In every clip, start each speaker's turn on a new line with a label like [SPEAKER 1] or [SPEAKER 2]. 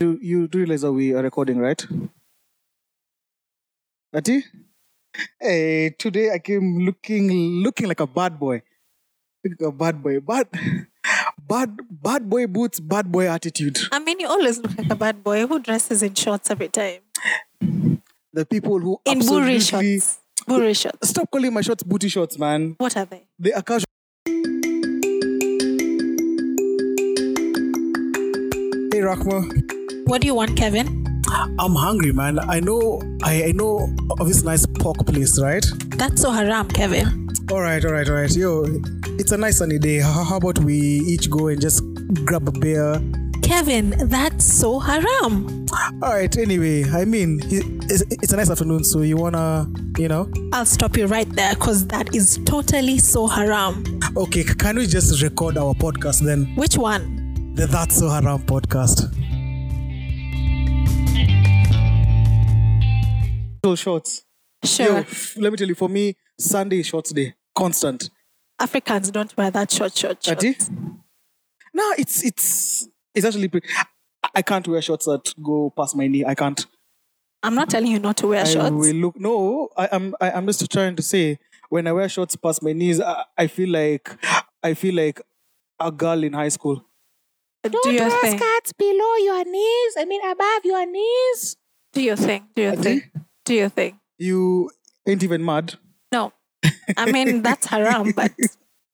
[SPEAKER 1] You you do realize that we are recording, right? Ati? Hey, today I came looking looking like a bad boy. Looking like a bad boy. Bad bad bad boy boots, bad boy attitude.
[SPEAKER 2] I mean, you always look like a bad boy who dresses in shorts every time.
[SPEAKER 1] The people who
[SPEAKER 2] In booty
[SPEAKER 1] absolutely
[SPEAKER 2] shorts. Booty shorts.
[SPEAKER 1] stop calling my shorts booty shorts, man.
[SPEAKER 2] What are they?
[SPEAKER 1] They are casual. Hey Rakma.
[SPEAKER 2] What do you want, Kevin?
[SPEAKER 1] I'm hungry, man. I know I, I know of this nice pork place, right?
[SPEAKER 2] That's so haram, Kevin.
[SPEAKER 1] All right, all right, all right. Yo, it's a nice sunny day. How, how about we each go and just grab a beer?
[SPEAKER 2] Kevin, that's so haram.
[SPEAKER 1] All right. Anyway, I mean, i- it's, it's a nice afternoon, so you wanna, you know?
[SPEAKER 2] I'll stop you right there because that is totally so haram.
[SPEAKER 1] Okay, c- can we just record our podcast then?
[SPEAKER 2] Which one?
[SPEAKER 1] The That's So Haram podcast. Shorts.
[SPEAKER 2] Sure.
[SPEAKER 1] let me tell you. For me, Sunday is shorts day. Constant.
[SPEAKER 2] Africans don't wear that short, short, short.
[SPEAKER 1] Ati? No, it's it's it's actually pretty. I- I can't wear shorts that go past my knee. I can't.
[SPEAKER 2] I'm not telling you not to wear
[SPEAKER 1] I
[SPEAKER 2] shorts.
[SPEAKER 1] will look. No, I, I'm I, I'm just trying to say when I wear shorts past my knees, I, I feel like I feel like a girl in high school.
[SPEAKER 2] Do your thing.
[SPEAKER 1] skirts below your knees. I mean above your knees.
[SPEAKER 2] Do your thing. Do your
[SPEAKER 1] Ati?
[SPEAKER 2] thing. Do your thing.
[SPEAKER 1] You ain't even mad.
[SPEAKER 2] No. I mean, that's haram, but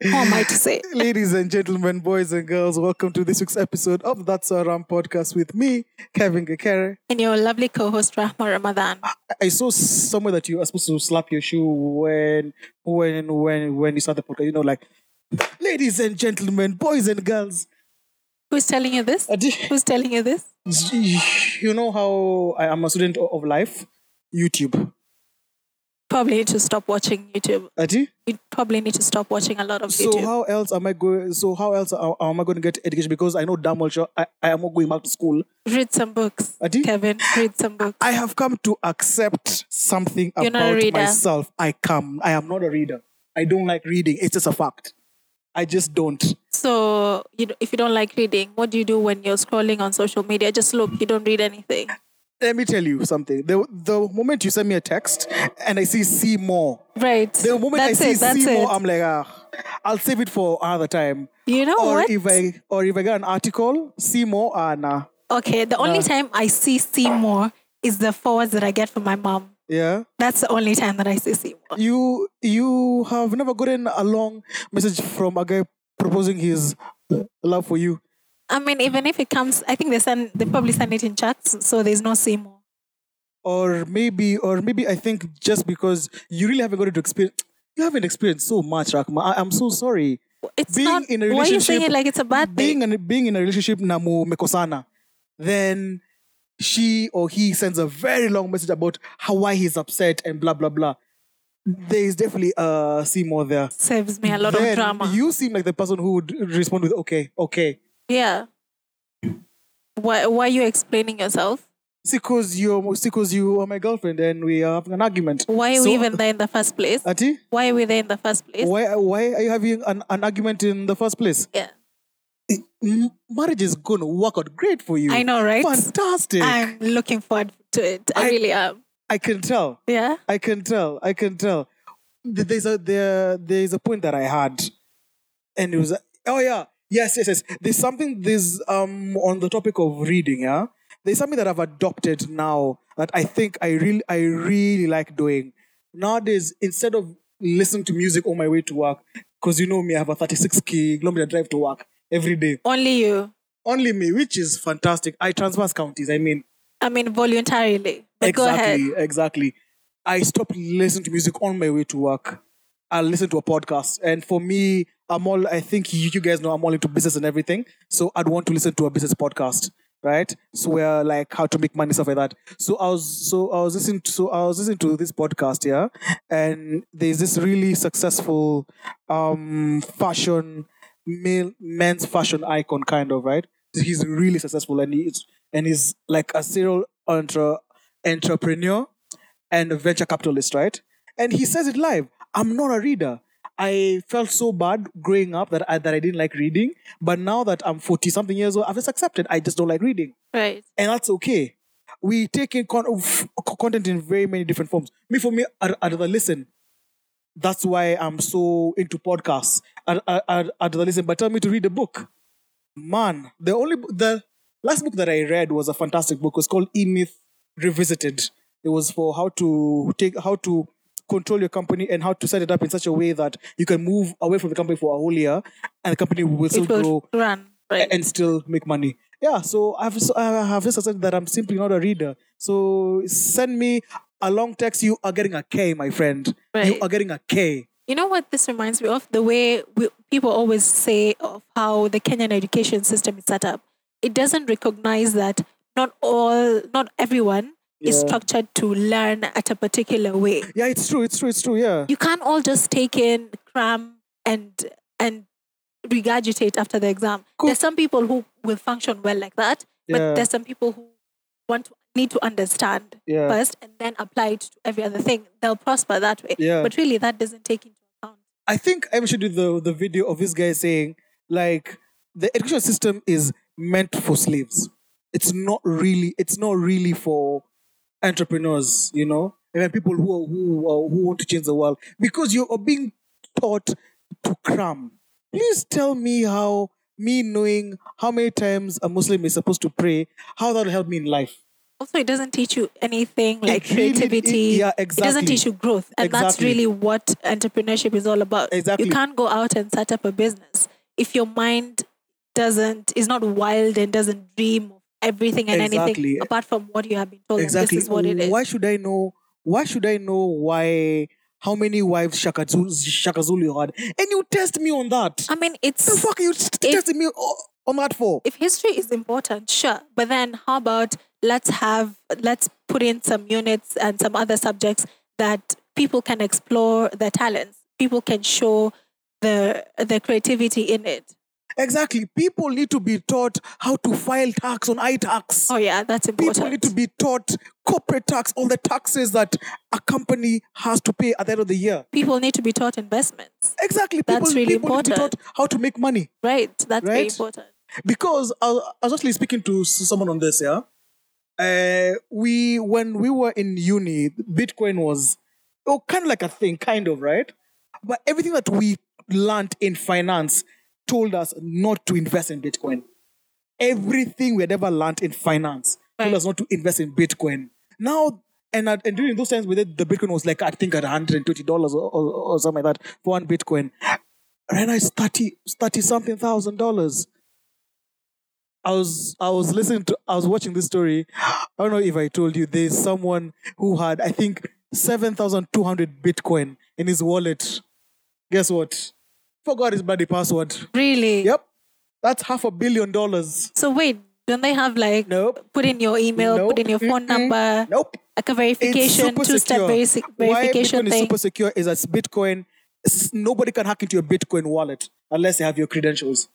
[SPEAKER 2] how am I to say?
[SPEAKER 1] Ladies and gentlemen, boys and girls, welcome to this week's episode of That's Our Ram podcast with me, Kevin Gakere.
[SPEAKER 2] And your lovely co host, Rahma Ramadan.
[SPEAKER 1] I saw somewhere that you are supposed to slap your shoe when when when when you start the podcast. You know, like ladies and gentlemen, boys and girls.
[SPEAKER 2] Who's telling you this?
[SPEAKER 1] I did-
[SPEAKER 2] Who's telling you this?
[SPEAKER 1] You know how I am a student o- of life, YouTube.
[SPEAKER 2] Probably need to stop watching YouTube.
[SPEAKER 1] Adi?
[SPEAKER 2] You probably need to stop watching a lot of
[SPEAKER 1] So
[SPEAKER 2] YouTube.
[SPEAKER 1] how else am I going? So how else a- am I going to get education? Because I know damn well sure I, I am not going back to school.
[SPEAKER 2] read some books,
[SPEAKER 1] Adi?
[SPEAKER 2] Kevin. Read some books.
[SPEAKER 1] I have come to accept something
[SPEAKER 2] You're not a
[SPEAKER 1] about
[SPEAKER 2] reader.
[SPEAKER 1] myself. I come. I am not a reader. I don't like reading. It's just a fact. I just don't.
[SPEAKER 2] So you know, if you don't like reading, what do you do when you're scrolling on social media? Just look. You don't read anything.
[SPEAKER 1] Let me tell you something. The the moment you send me a text and I see see more,
[SPEAKER 2] Right.
[SPEAKER 1] the moment
[SPEAKER 2] that's
[SPEAKER 1] I see
[SPEAKER 2] it. That's
[SPEAKER 1] see
[SPEAKER 2] it.
[SPEAKER 1] more, I'm like, ah, I'll save it for another time.
[SPEAKER 2] you know
[SPEAKER 1] or
[SPEAKER 2] what?
[SPEAKER 1] if I or if I get an article, see more, ah, nah,
[SPEAKER 2] okay. The only time I see see more is the forwards that I get from my mom.
[SPEAKER 1] yeah.
[SPEAKER 2] That's the only time that I see see more.
[SPEAKER 1] You you have never gotten a long message from a guy proposing his love for you.
[SPEAKER 2] I mean, even if it comes, I think they send they probably send it in chats, so there's no see more.
[SPEAKER 1] or maybe or maybe I think just because you really haven't got to experience you haven't experienced so much, Rakma. I, I'm so sorry.
[SPEAKER 2] It's
[SPEAKER 1] Being
[SPEAKER 2] not.
[SPEAKER 1] in a
[SPEAKER 2] why are you saying
[SPEAKER 1] relationship-
[SPEAKER 2] it like it's a bad thing?
[SPEAKER 1] Being in, being in a relationship na mekosana, then she or he sends a very long message about how why he's upset and blah blah blah. There is definitely uh see more there.
[SPEAKER 2] saves me a lot
[SPEAKER 1] Then
[SPEAKER 2] of drama.
[SPEAKER 1] You seem like the person who would respond with okay, okay.
[SPEAKER 2] yeah. Why, why are you explaining yourself?
[SPEAKER 1] See, cause you're see, cause you are my girlfriend and we are having an argument.
[SPEAKER 2] Why are
[SPEAKER 1] So-
[SPEAKER 2] we even there in the first place?
[SPEAKER 1] Ati?
[SPEAKER 2] Why are we there in the first place?
[SPEAKER 1] Why why are you having an, an argument in the first place?
[SPEAKER 2] yeah.
[SPEAKER 1] M- marriage is gonna work out great for you.
[SPEAKER 2] I know, right?
[SPEAKER 1] Fantastic. i
[SPEAKER 2] I'm looking forward to it. I,
[SPEAKER 1] I-
[SPEAKER 2] really am.
[SPEAKER 1] can tell.
[SPEAKER 2] Yeah.
[SPEAKER 1] I can tell. I can tell. Th- There's a there there's a point that I had, and it was oh yeah yes yes yes. There's something there's um on the topic of reading. Yeah, there's something that I've adopted now that I think I really I really like doing. Nowadays, instead of listening to music on my way to work, because you know me, I have a 36 kilometer drive to work every day.
[SPEAKER 2] Only you.
[SPEAKER 1] only me, which is fantastic. I transverse counties. I mean,
[SPEAKER 2] I mean, voluntarily. But go ahead.
[SPEAKER 1] exactly, exactly. I stop listening to music on my way to work. I listen to a podcast, and for me, I'm all. I think you, you guys know I'm all into business and everything, so I'd want to listen to a business podcast, right? So where like how to make money stuff like that. So I was so I was listening to, so I was listening to this podcast here, and there's this really successful um fashion male men's fashion icon kind of right he's really successful and he's and he's like a serial entre, entrepreneur and a venture capitalist right and he says it live i'm not a reader I felt so bad growing up that I, that I didn't like reading. But now that I'm 40 something years old, I've just accepted I just don't like reading.
[SPEAKER 2] Right.
[SPEAKER 1] And that's okay. We take in con- f- content in very many different forms. Me, for me, I'd, I'd rather listen. That's why I'm so into podcasts. I'd, I'd, I'd rather listen. But tell me to read a book. Man, the only bo- the last book that I read was a fantastic book. It was called E Myth Revisited. It was for how to take how to control your company and how to set it up in such a way that you can move away from the company for a whole year and the company will still
[SPEAKER 2] It will
[SPEAKER 1] grow
[SPEAKER 2] run. Right.
[SPEAKER 1] and still make money. Yeah, so I've so I have just said that I'm simply not a reader. So send me a long text. You are getting a K, my friend. You
[SPEAKER 2] Right.
[SPEAKER 1] are getting a K.
[SPEAKER 2] You know what this reminds me of? The way we, people always say of how the Kenyan education system is set up. It doesn't recognize that not all, not everyone is
[SPEAKER 1] Yeah.
[SPEAKER 2] structured to learn at a particular way.
[SPEAKER 1] Yeah, it's true. It's true. It's true. Yeah.
[SPEAKER 2] You can't all just take in, cram, and and regurgitate after the exam.
[SPEAKER 1] Cool.
[SPEAKER 2] There's some people who will function well like that,
[SPEAKER 1] Yeah.
[SPEAKER 2] but there's some people who want to, need to understand
[SPEAKER 1] Yeah.
[SPEAKER 2] first and then apply it to every other thing. They'll prosper that way.
[SPEAKER 1] Yeah.
[SPEAKER 2] But really, that doesn't take into account.
[SPEAKER 1] I think I should do the the video of this guy saying like the education system is meant for slaves. It's not really. It's not really for entrepreneurs. You know, and then people who are, who are, who want to change the world because you are being taught to cram. Please tell me how me knowing how many times a Muslim is supposed to pray, how that'll help me in life.
[SPEAKER 2] also it doesn't teach you anything like
[SPEAKER 1] really- it-
[SPEAKER 2] creativity
[SPEAKER 1] yeah,
[SPEAKER 2] it doesn't
[SPEAKER 1] exactly.
[SPEAKER 2] teach you growth and that's
[SPEAKER 1] Exactly.
[SPEAKER 2] really what entrepreneurship is all about
[SPEAKER 1] Exactly.
[SPEAKER 2] you can't go out and set up a business if your mind doesn't is not wild and doesn't dream of everything and
[SPEAKER 1] Exactly.
[SPEAKER 2] anything apart from what you have been told and
[SPEAKER 1] exactly
[SPEAKER 2] this is what it is
[SPEAKER 1] why should i know why should i know why how many wives shaka Zulu- Shaka Zulu had and you test me on that
[SPEAKER 2] i mean it's
[SPEAKER 1] the fuck are you t-
[SPEAKER 2] if-
[SPEAKER 1] testing me o- on that for
[SPEAKER 2] if history is important sure but then how about let's have let's put in some units and some other subjects that people can explore their talents people can show their their creativity in it
[SPEAKER 1] exactly people need to be taught how to file tax on itax
[SPEAKER 2] oh yeah that's important
[SPEAKER 1] people need to be taught corporate tax all the taxes that a company has to pay at the end of the year
[SPEAKER 2] People need to be taught investments
[SPEAKER 1] exactly people,
[SPEAKER 2] That's really
[SPEAKER 1] people need to be taught
[SPEAKER 2] important.
[SPEAKER 1] how to make money
[SPEAKER 2] right that's very
[SPEAKER 1] Right.
[SPEAKER 2] important
[SPEAKER 1] because I, was- I was actually speaking to s- someone on this. Yeah, uh, we when we were in uni, Bitcoin was oh kind of like a thing, kind of right. But everything that we learned in finance told us not to invest in Bitcoin. Everything we had ever learned in finance told
[SPEAKER 2] Right.
[SPEAKER 1] us not to invest in Bitcoin. Now. And, at- and during those times, with it, the Bitcoin was like I think at one hundred and twenty dollars or, or, or something like that for one Bitcoin. Right now it's 30, 30 something thousand dollars. I was I was listening to I was watching this story. I don't know if I told you there's someone who had I think seven thousand two hundred Bitcoin in his wallet. Guess what? Forgot his bloody password.
[SPEAKER 2] really
[SPEAKER 1] Yep, that's half a billion dollars.
[SPEAKER 2] so wait don't they have like
[SPEAKER 1] Nope.
[SPEAKER 2] put in your email
[SPEAKER 1] Nope.
[SPEAKER 2] put in your phone
[SPEAKER 1] Mm-mm.
[SPEAKER 2] number
[SPEAKER 1] Nope.
[SPEAKER 2] like a
[SPEAKER 1] It's
[SPEAKER 2] verification
[SPEAKER 1] super
[SPEAKER 2] two-step
[SPEAKER 1] secure.
[SPEAKER 2] verifi-
[SPEAKER 1] Why
[SPEAKER 2] verification
[SPEAKER 1] Bitcoin is
[SPEAKER 2] thing
[SPEAKER 1] super secure is that Bitcoin s- nobody can hack into your Bitcoin wallet unless you have your credentials.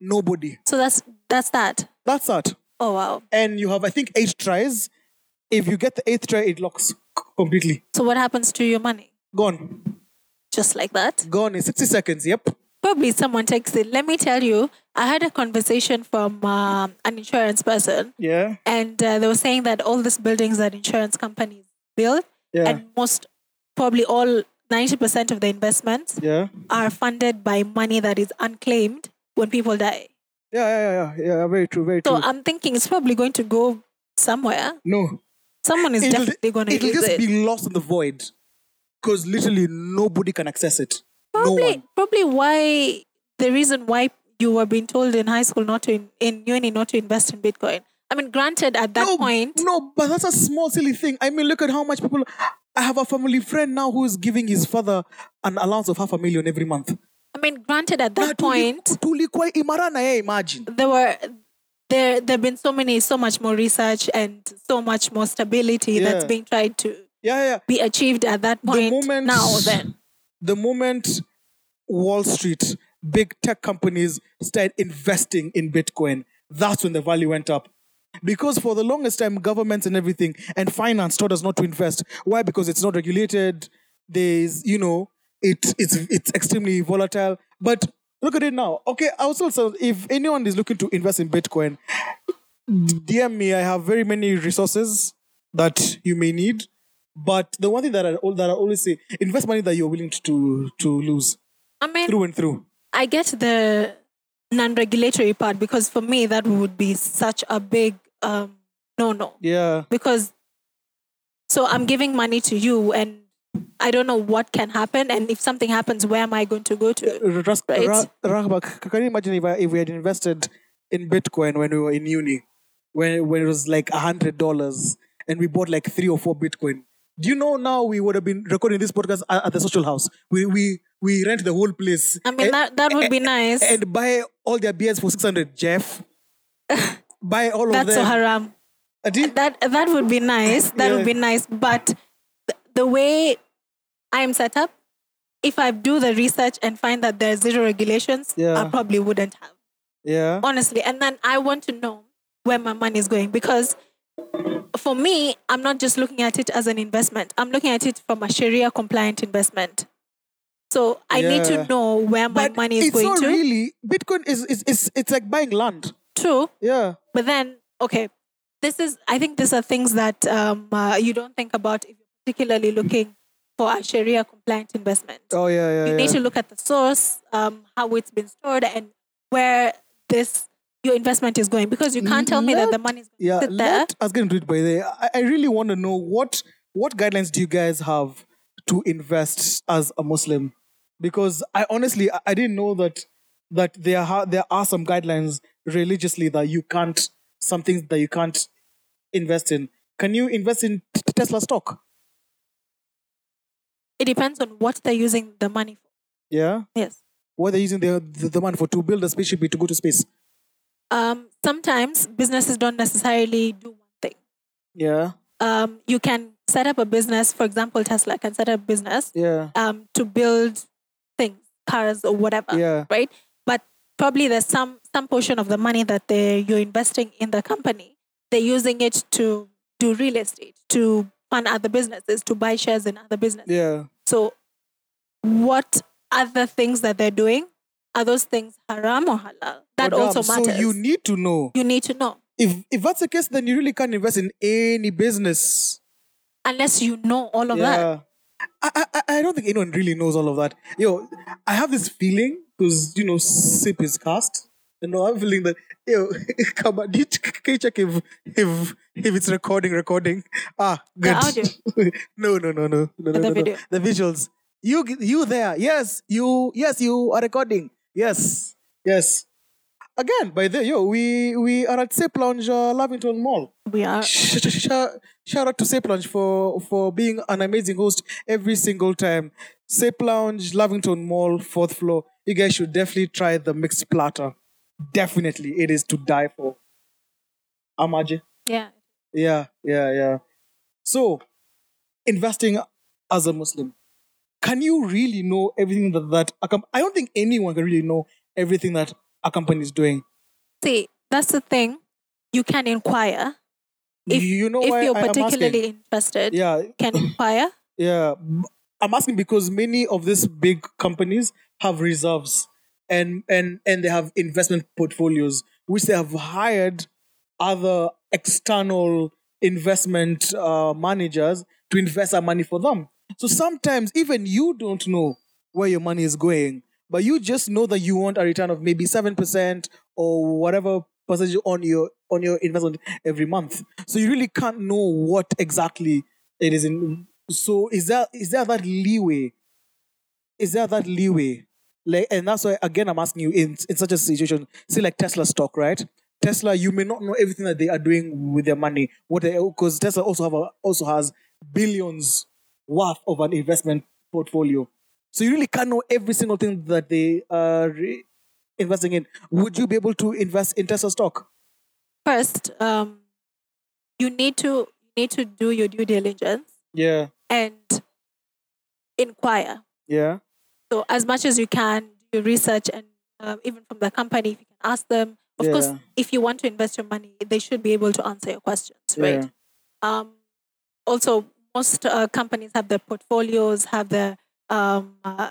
[SPEAKER 1] Nobody.
[SPEAKER 2] so that's that's that
[SPEAKER 1] That's that.
[SPEAKER 2] oh wow
[SPEAKER 1] and you have I think eight tries. If you get the eighth try, it locks c- completely.
[SPEAKER 2] so what happens to your money
[SPEAKER 1] Gone.
[SPEAKER 2] just like that
[SPEAKER 1] Gone in 60 seconds. Yep.
[SPEAKER 2] probably someone takes it. Let me tell you, I had a conversation from um, an insurance person,
[SPEAKER 1] Yeah.
[SPEAKER 2] and uh, they were saying that all these buildings that insurance companies build,
[SPEAKER 1] Yeah.
[SPEAKER 2] and most probably all 90% of the investments
[SPEAKER 1] Yeah.
[SPEAKER 2] are funded by money that is unclaimed when people die.
[SPEAKER 1] Yeah. Yeah. Yeah. yeah. Very true. Very
[SPEAKER 2] So
[SPEAKER 1] true.
[SPEAKER 2] I'm thinking it's probably going to go somewhere.
[SPEAKER 1] no.
[SPEAKER 2] Someone is
[SPEAKER 1] It'll,
[SPEAKER 2] definitely going to
[SPEAKER 1] it'll
[SPEAKER 2] use
[SPEAKER 1] just
[SPEAKER 2] it.
[SPEAKER 1] be lost in the void because literally nobody can access it. no
[SPEAKER 2] probably
[SPEAKER 1] one.
[SPEAKER 2] probably why the reason why you were being told in high school not to in, in uni not to invest in bitcoin i mean granted at that
[SPEAKER 1] no,
[SPEAKER 2] point
[SPEAKER 1] No, but that's a small, silly thing. I mean, look at how much people. I have a family friend now who is giving his father an allowance of half a million every month.
[SPEAKER 2] i mean granted at that
[SPEAKER 1] Na tuli-
[SPEAKER 2] point
[SPEAKER 1] tulikwa imarana, eh, imagine.
[SPEAKER 2] there were there there have been so many so much more research and so much more stability that's
[SPEAKER 1] Yeah.
[SPEAKER 2] being tried to
[SPEAKER 1] Yeah, yeah.
[SPEAKER 2] be achieved at that point
[SPEAKER 1] moment-
[SPEAKER 2] now then
[SPEAKER 1] the moment Wall Street, big tech companies started investing in Bitcoin, that's when the value went up. Because for the longest time, governments and everything and finance taught us not to invest. Why? Because it's not regulated. There's, you know, it it's it's extremely volatile. But look at it now. Okay, I also so if anyone is looking to invest in Bitcoin, DM me. I have very many resources that you may need. But the one thing that I al- that I always say, invest money that you're willing to to, to lose
[SPEAKER 2] I mean,
[SPEAKER 1] through and through.
[SPEAKER 2] I get the non-regulatory part because for me that would be such a big um, no-no
[SPEAKER 1] Yeah.
[SPEAKER 2] because so I'm giving money to you and I don't know what can happen and if something happens where am I going to go to?
[SPEAKER 1] Ras-
[SPEAKER 2] Right.
[SPEAKER 1] Ra- Rahbak, c- can you imagine if, I, if we had invested in Bitcoin when we were in uni, when, when it was like hundred dollars, and we bought like three or four Bitcoin? Do you know now we would have been recording this podcast at, at the social house? We we we rent the whole place.
[SPEAKER 2] I mean
[SPEAKER 1] and,
[SPEAKER 2] that that would be
[SPEAKER 1] eh,
[SPEAKER 2] nice.
[SPEAKER 1] and buy all their beers for six hundred. Jeff, buy all of
[SPEAKER 2] That's so
[SPEAKER 1] them. Uh,
[SPEAKER 2] haram.
[SPEAKER 1] Adi?
[SPEAKER 2] That that would be nice. That
[SPEAKER 1] Yeah.
[SPEAKER 2] would be nice. But th- the way I'm set up, if I do the research and find that there's zero regulations,
[SPEAKER 1] Yeah.
[SPEAKER 2] I probably wouldn't have.
[SPEAKER 1] yeah.
[SPEAKER 2] honestly. And then I want to know where my money is going because for me, I'm not just looking at it as an investment. I'm looking at it from a Sharia compliant investment. So I need
[SPEAKER 1] Yeah.
[SPEAKER 2] to know where my
[SPEAKER 1] But
[SPEAKER 2] money is
[SPEAKER 1] it's
[SPEAKER 2] going
[SPEAKER 1] not
[SPEAKER 2] to.
[SPEAKER 1] really Bitcoin is, is is it's like buying land.
[SPEAKER 2] True,
[SPEAKER 1] Yeah.
[SPEAKER 2] but then okay, this is. I think these are things that um, uh, you don't think about if you're particularly looking for a Sharia compliant investment.
[SPEAKER 1] Oh yeah yeah.
[SPEAKER 2] you
[SPEAKER 1] yeah.
[SPEAKER 2] need to look at the source, um, how it's been stored, and where this your investment is going because you can't tell me that the money is going
[SPEAKER 1] yeah,
[SPEAKER 2] to sit there.
[SPEAKER 1] let us get into it by the I, I really want to know what what guidelines do you guys have to invest as a Muslim? Because I honestly I, I didn't know that that there are there are some guidelines religiously that you can't some things that you can't invest in. Can you invest in t- Tesla stock?
[SPEAKER 2] It depends on what they're using the money for.
[SPEAKER 1] Yeah.
[SPEAKER 2] Yes.
[SPEAKER 1] What they're using the, the the money for to build a spaceship to go to space.
[SPEAKER 2] Um, sometimes businesses don't necessarily do one thing.
[SPEAKER 1] Yeah.
[SPEAKER 2] Um, you can set up a business, for example, Tesla can set up a business
[SPEAKER 1] Yeah.
[SPEAKER 2] um, to build things, cars or whatever.
[SPEAKER 1] Yeah.
[SPEAKER 2] right? But probably there's some some portion of the money that they you're investing in the company, they're using it to do real estate, to fund other businesses, to buy shares in other businesses.
[SPEAKER 1] Yeah.
[SPEAKER 2] So, what other things that they're doing are those things haram or halal? That
[SPEAKER 1] Oh, damn.
[SPEAKER 2] also matters.
[SPEAKER 1] So you
[SPEAKER 2] you,
[SPEAKER 1] need to know.
[SPEAKER 2] need to know
[SPEAKER 1] if if that's the case, then you really can't invest in any business.
[SPEAKER 2] unless you know all of that.
[SPEAKER 1] Yeah. I, I I- I don't think anyone really knows all of that. Yo, I have this feeling because you know SIP is cast. You know, I'm feeling that yo, come on, did- can you check if if if it's recording, recording? Ah, good.
[SPEAKER 2] audio.
[SPEAKER 1] no, no, no, no, no, no,
[SPEAKER 2] The
[SPEAKER 1] no, no.
[SPEAKER 2] video.
[SPEAKER 1] The visuals. You you there? Yes, you yes you are recording. Yes, yes. Again, by the yo, we we are at SIP Lounge, uh, Lavington Mall
[SPEAKER 2] We are
[SPEAKER 1] Uh, sh- sh- sh- shout out to Sape Lounge for, for being an amazing host every single time. Sape Lounge, Lavington Mall, fourth floor. You guys should definitely try the mixed platter. Definitely, it is to die for. Amaji.
[SPEAKER 2] yeah.
[SPEAKER 1] Yeah, yeah, yeah. So, investing as a Muslim, can you really know everything that that a com- I don't think anyone can really know everything that a company is doing.
[SPEAKER 2] See, that's the thing. You can inquire If-
[SPEAKER 1] you know why
[SPEAKER 2] if you're
[SPEAKER 1] I am asking?
[SPEAKER 2] particularly interested.
[SPEAKER 1] Yeah,
[SPEAKER 2] Can inquire.
[SPEAKER 1] Yeah, b- I'm asking because many of these big companies have reserves and and and they have investment portfolios which they have hired other external investment uh, managers to invest our money for them. So sometimes even you don't know where your money is going, but you just know that you want a return of maybe seven percent or whatever percentage on your on your investment every month. So you really can't know what exactly it is in. So is there is there that leeway? Is there that leeway? Like, and that's why again I'm asking you in in such a situation, say like Tesla stock, right? Tesla, you may not know everything that they are doing with their money. What because Tesla also have a, also has billions worth of an investment portfolio. So you really can't know every single thing that they are re- investing in. Would you be able to invest in Tesla stock?
[SPEAKER 2] first um, you need to need to do your due diligence
[SPEAKER 1] Yeah,
[SPEAKER 2] and inquire
[SPEAKER 1] yeah,
[SPEAKER 2] so as much as you can do your research and um, even from the company if you can ask them of course
[SPEAKER 1] Yeah.
[SPEAKER 2] if you want to invest your money they should be able to answer your questions
[SPEAKER 1] Yeah.
[SPEAKER 2] right um, also most uh, companies have their portfolios have their um, uh,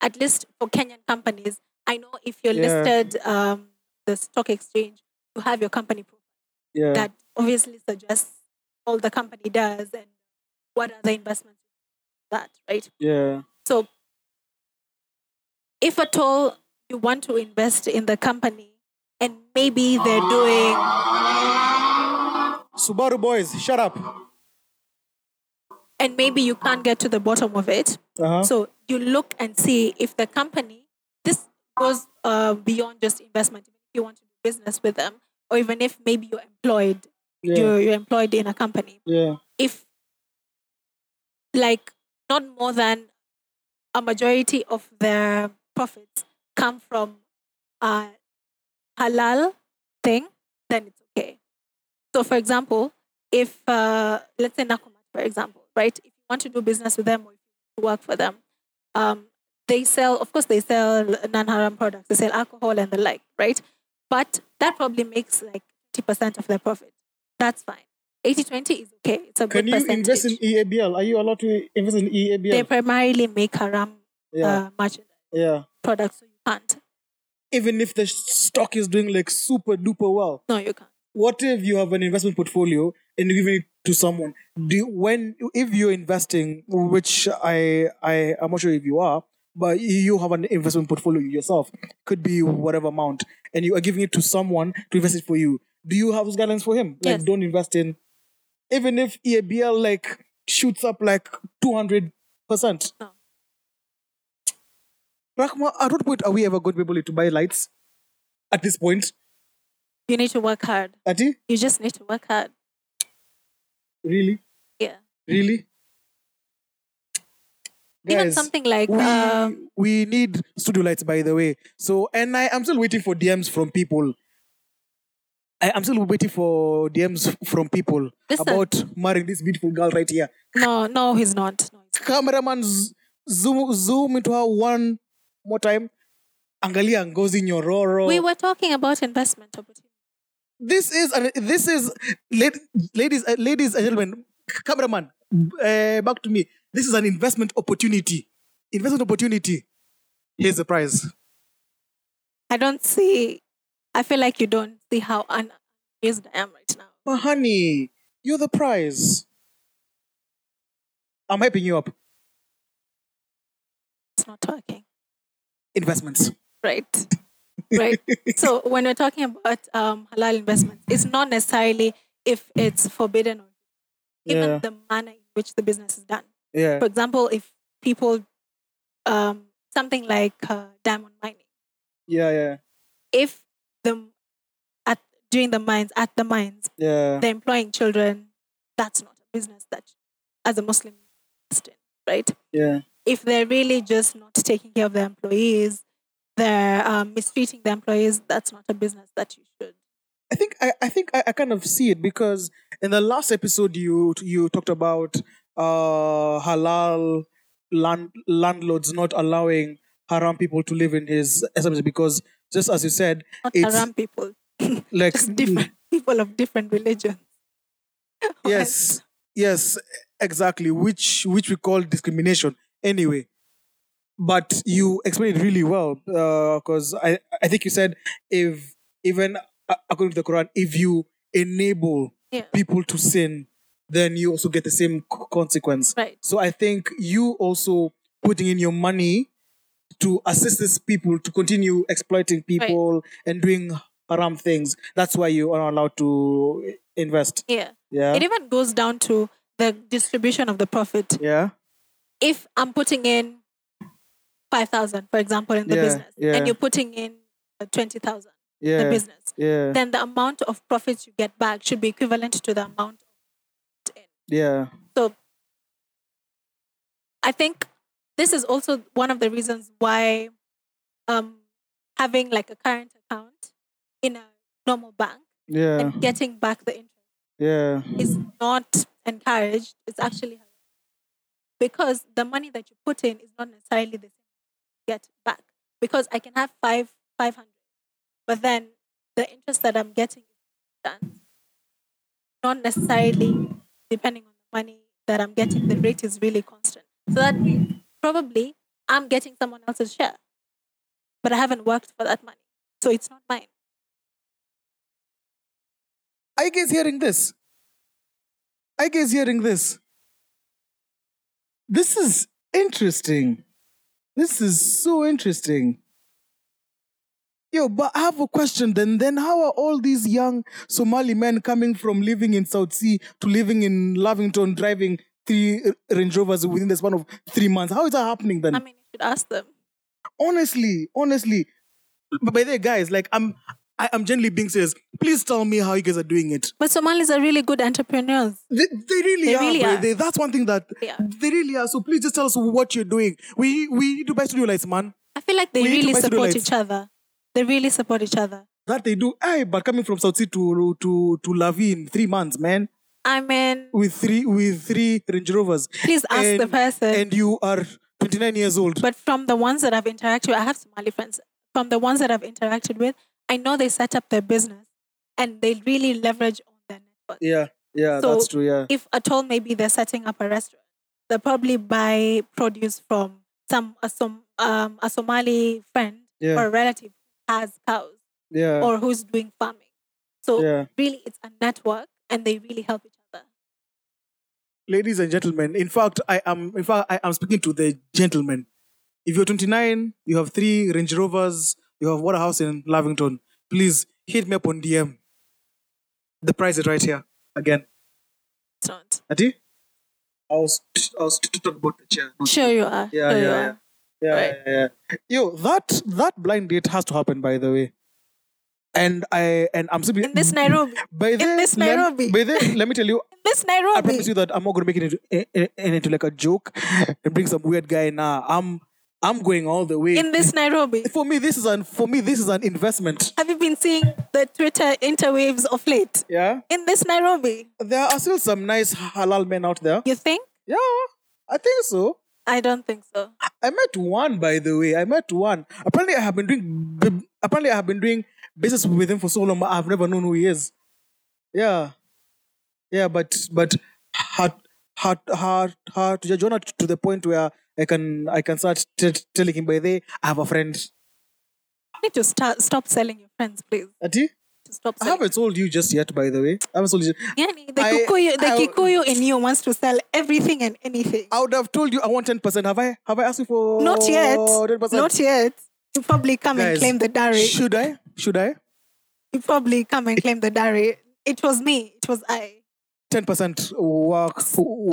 [SPEAKER 2] at least for Kenyan companies, I know if you're
[SPEAKER 1] Yeah.
[SPEAKER 2] listed um, the stock exchange, you have your company profile
[SPEAKER 1] Yeah.
[SPEAKER 2] that obviously suggests all the company does and what other investments that right.
[SPEAKER 1] yeah.
[SPEAKER 2] If at all you want to invest in the company and maybe they're doing
[SPEAKER 1] Subaru boys, shut up.
[SPEAKER 2] and maybe you can't get to the bottom of it.
[SPEAKER 1] Uh-huh.
[SPEAKER 2] So you look and see if the company, this goes uh, beyond just investment. If you want to do business with them, or even if maybe you're employed,
[SPEAKER 1] yeah.
[SPEAKER 2] you're, you're employed in a company.
[SPEAKER 1] yeah.
[SPEAKER 2] If, like, not more than a majority of their profits come from a halal thing, then it's okay. So, for example, if, uh, let's say Nakumat, for example, right? If you want to do business with them or if you work for them, um, they sell, of course, they sell non haram products, they sell alcohol and the like, right? But that probably makes like 20% of their profit. That's fine. 80 20 is okay. It's a
[SPEAKER 1] Can
[SPEAKER 2] good
[SPEAKER 1] you
[SPEAKER 2] percentage.
[SPEAKER 1] invest in E EABL? Are you allowed to invest in E EABL?
[SPEAKER 2] they primarily make haram
[SPEAKER 1] yeah.
[SPEAKER 2] uh, merchandise
[SPEAKER 1] yeah.
[SPEAKER 2] products, so you can't.
[SPEAKER 1] Even if the stock is doing like super duper well,
[SPEAKER 2] No, you can't.
[SPEAKER 1] what if you have an investment portfolio and you're giving it to someone? Do you, when if you're investing, which I I I'm not sure if you are, but you have an investment portfolio yourself, could be whatever amount, and you are giving it to someone to invest it for you. Do you have those guidelines for him? Like,
[SPEAKER 2] Yes.
[SPEAKER 1] don't invest in, even if E EABL like shoots up like two hundred percent.
[SPEAKER 2] No.
[SPEAKER 1] Rahma, at what point are we ever going to be able to buy lights? At this point,
[SPEAKER 2] You need to work hard.
[SPEAKER 1] Ati,
[SPEAKER 2] You just need to work hard.
[SPEAKER 1] really?
[SPEAKER 2] Yeah.
[SPEAKER 1] Really?
[SPEAKER 2] Even
[SPEAKER 1] Guys,
[SPEAKER 2] something like
[SPEAKER 1] we,
[SPEAKER 2] um,
[SPEAKER 1] we need studio lights, by the way. So, and I, I'm still waiting for DMs from people. I, I'm still waiting for DMs f- from people
[SPEAKER 2] Listen.
[SPEAKER 1] about marrying this beautiful girl right here.
[SPEAKER 2] no, no, he's not. No, he's
[SPEAKER 1] Cameraman, z- zoom, zoom into her one more time. Angalia Ngozi Nyororo.
[SPEAKER 2] not. We were talking about investment opportunities.
[SPEAKER 1] this is an, this is lad- ladies uh, ladies and gentlemen c- cameraman uh, back to me this is an investment opportunity investment opportunity here's the prize
[SPEAKER 2] I don't see. I feel like you don't see how unused I am right now.
[SPEAKER 1] but honey you're the prize i'm hyping you up
[SPEAKER 2] It's not working.
[SPEAKER 1] investments
[SPEAKER 2] Right. Right. so when we're talking about um, halal investments, it's not necessarily if it's forbidden or even
[SPEAKER 1] Yeah.
[SPEAKER 2] the manner in which the business is done.
[SPEAKER 1] yeah
[SPEAKER 2] For example, if people, um, something like uh, diamond mining,
[SPEAKER 1] yeah yeah
[SPEAKER 2] if the at during the mines at the mines
[SPEAKER 1] yeah
[SPEAKER 2] they're employing children, that's not a business that, as a Muslim, invest in, right?
[SPEAKER 1] yeah
[SPEAKER 2] If they're really just not taking care of their employees, they're um, mistreating their employees. That's not a business that you should.
[SPEAKER 1] I think I, I think I, I kind of see it because in the last episode you you talked about uh, halal land, landlords not allowing haram people to live in his establishment because just as you said
[SPEAKER 2] Not
[SPEAKER 1] It's-
[SPEAKER 2] haram people,
[SPEAKER 1] like
[SPEAKER 2] just different people of different religions.
[SPEAKER 1] yes yes exactly which which we call discrimination anyway but you explained it really well because I, I think you said if even a- according to the quran if you enable
[SPEAKER 2] Yeah.
[SPEAKER 1] people to sin then you also get the same c- consequence
[SPEAKER 2] Right.
[SPEAKER 1] so i think you also putting in your money to assist these people to continue exploiting people and doing haram things that's why you are allowed to invest
[SPEAKER 2] Yeah.
[SPEAKER 1] yeah
[SPEAKER 2] It even goes down to the distribution of the profit.
[SPEAKER 1] Yeah.
[SPEAKER 2] If I'm putting in five thousand, for example, in the
[SPEAKER 1] Yeah,
[SPEAKER 2] business,
[SPEAKER 1] yeah.
[SPEAKER 2] and you're putting in twenty thousand, in the
[SPEAKER 1] Yeah.
[SPEAKER 2] business.
[SPEAKER 1] Yeah.
[SPEAKER 2] then the amount of profits you get back should be equivalent to the amount.
[SPEAKER 1] Yeah.
[SPEAKER 2] I think this is also one of the reasons why um, having like a current account in a normal bank
[SPEAKER 1] Yeah.
[SPEAKER 2] and getting back the interest
[SPEAKER 1] Yeah.
[SPEAKER 2] is not encouraged. It's actually because the money that you put in is not necessarily the same you get back. Because I can have five five hundred, but then the interest that I'm getting is done. Not necessarily depending on the money that I'm getting, the rate is really constant. So that means probably I'm getting someone else's share, but I haven't worked for that money, so it's not mine.
[SPEAKER 1] I guess hearing this. I guess hearing this. This is interesting. This is so interesting. Yo, but I have a question then. Then how are all these young Somali men coming from living in South Sea to living in Lavington driving three uh, Range Rovers within the span of three months? How is that happening then?
[SPEAKER 2] I mean, you should ask them.
[SPEAKER 1] honestly, honestly. But by the way, guys, like I'm I, I'm generally being serious. Please tell me how you guys are doing it.
[SPEAKER 2] But Somalis are really good entrepreneurs.
[SPEAKER 1] They, they really
[SPEAKER 2] They
[SPEAKER 1] are.
[SPEAKER 2] really
[SPEAKER 1] bro.
[SPEAKER 2] are.
[SPEAKER 1] They- that's one thing that
[SPEAKER 2] They are.
[SPEAKER 1] they really are. So please just tell us what you're doing. We we need to buy studio lights, man.
[SPEAKER 2] I feel like they
[SPEAKER 1] We need to
[SPEAKER 2] really
[SPEAKER 1] buy studio
[SPEAKER 2] support
[SPEAKER 1] lights.
[SPEAKER 2] each other. They really support each other.
[SPEAKER 1] That they do. Aye, but coming from South Sea to to to Lavi in three months, man,
[SPEAKER 2] I mean,
[SPEAKER 1] with three with three Range Rovers.
[SPEAKER 2] Please ask the
[SPEAKER 1] And-
[SPEAKER 2] person.
[SPEAKER 1] And you are 29 years old.
[SPEAKER 2] but from the ones that I've interacted with, I have Somali friends. From the ones that I've interacted with, I know they set up their business and they really leverage on their network.
[SPEAKER 1] yeah, yeah,
[SPEAKER 2] So-
[SPEAKER 1] that's true. Yeah,
[SPEAKER 2] If at all, maybe they're setting up a restaurant, they'll probably buy produce from some a, Som- um, a Somali friend
[SPEAKER 1] Yeah.
[SPEAKER 2] or relative who has cows
[SPEAKER 1] yeah,
[SPEAKER 2] or who's doing farming. So
[SPEAKER 1] yeah.
[SPEAKER 2] really, it's a network, and they really help each other.
[SPEAKER 1] ladies and gentlemen in fact i am in fact i am speaking to the gentlemen if you're 29 you have three range rovers you have water house in lavington please hit me up on dm the price is right here again
[SPEAKER 2] It's not.
[SPEAKER 1] ati i was i was to talk about the chair not-
[SPEAKER 2] Sure, you are.
[SPEAKER 1] yeah
[SPEAKER 2] sure
[SPEAKER 1] yeah
[SPEAKER 2] you
[SPEAKER 1] yeah
[SPEAKER 2] are.
[SPEAKER 1] yeah,
[SPEAKER 2] Right.
[SPEAKER 1] yeah, yeah. yo that that blind date has to happen by the way and i and i'm simply
[SPEAKER 2] In this Nairobi,
[SPEAKER 1] by the,
[SPEAKER 2] this
[SPEAKER 1] lem-
[SPEAKER 2] Nairobi.
[SPEAKER 1] by the, let me tell you
[SPEAKER 2] this
[SPEAKER 1] I promise
[SPEAKER 2] Nairobi.
[SPEAKER 1] you that I'm not gonna make it into, eh, eh, eh, into like a joke and bring some weird guy. Nah, I'm I'm going all the way.
[SPEAKER 2] In this Nairobi.
[SPEAKER 1] for me, this is an for me this is an investment.
[SPEAKER 2] Have you been seeing the Twitter interwaves of late?
[SPEAKER 1] Yeah,
[SPEAKER 2] In this Nairobi,
[SPEAKER 1] there are still some nice halal men out there.
[SPEAKER 2] you think?
[SPEAKER 1] Yeah, I think so.
[SPEAKER 2] I don't think so.
[SPEAKER 1] I met one by the way. I met one. Apparently, I have been doing b- apparently I have been doing business with him for so long, but I've never known who he is. Yeah, yeah, but but hard hard hard hard to judge Jonah to the point where I can I can start t- t- telling him by the I have a friend.
[SPEAKER 2] You need to start, stop selling your friends, please.
[SPEAKER 1] Ati,
[SPEAKER 2] To stop
[SPEAKER 1] I
[SPEAKER 2] selling.
[SPEAKER 1] haven't told you just yet. By the way, I haven't told you.
[SPEAKER 2] Yani, the,
[SPEAKER 1] I-
[SPEAKER 2] Kikuyu, the
[SPEAKER 1] I-
[SPEAKER 2] Kikuyu in you wants to sell everything and anything.
[SPEAKER 1] I would have told you I want ten percent. Have I have I asked you for
[SPEAKER 2] Not yet.
[SPEAKER 1] 10%?
[SPEAKER 2] Not yet. You probably come and
[SPEAKER 1] Guys,
[SPEAKER 2] claim the dowry.
[SPEAKER 1] Should I? Should I?
[SPEAKER 2] you probably come and claim the dowry. It was me. It was I.
[SPEAKER 1] Ten percent. Wow.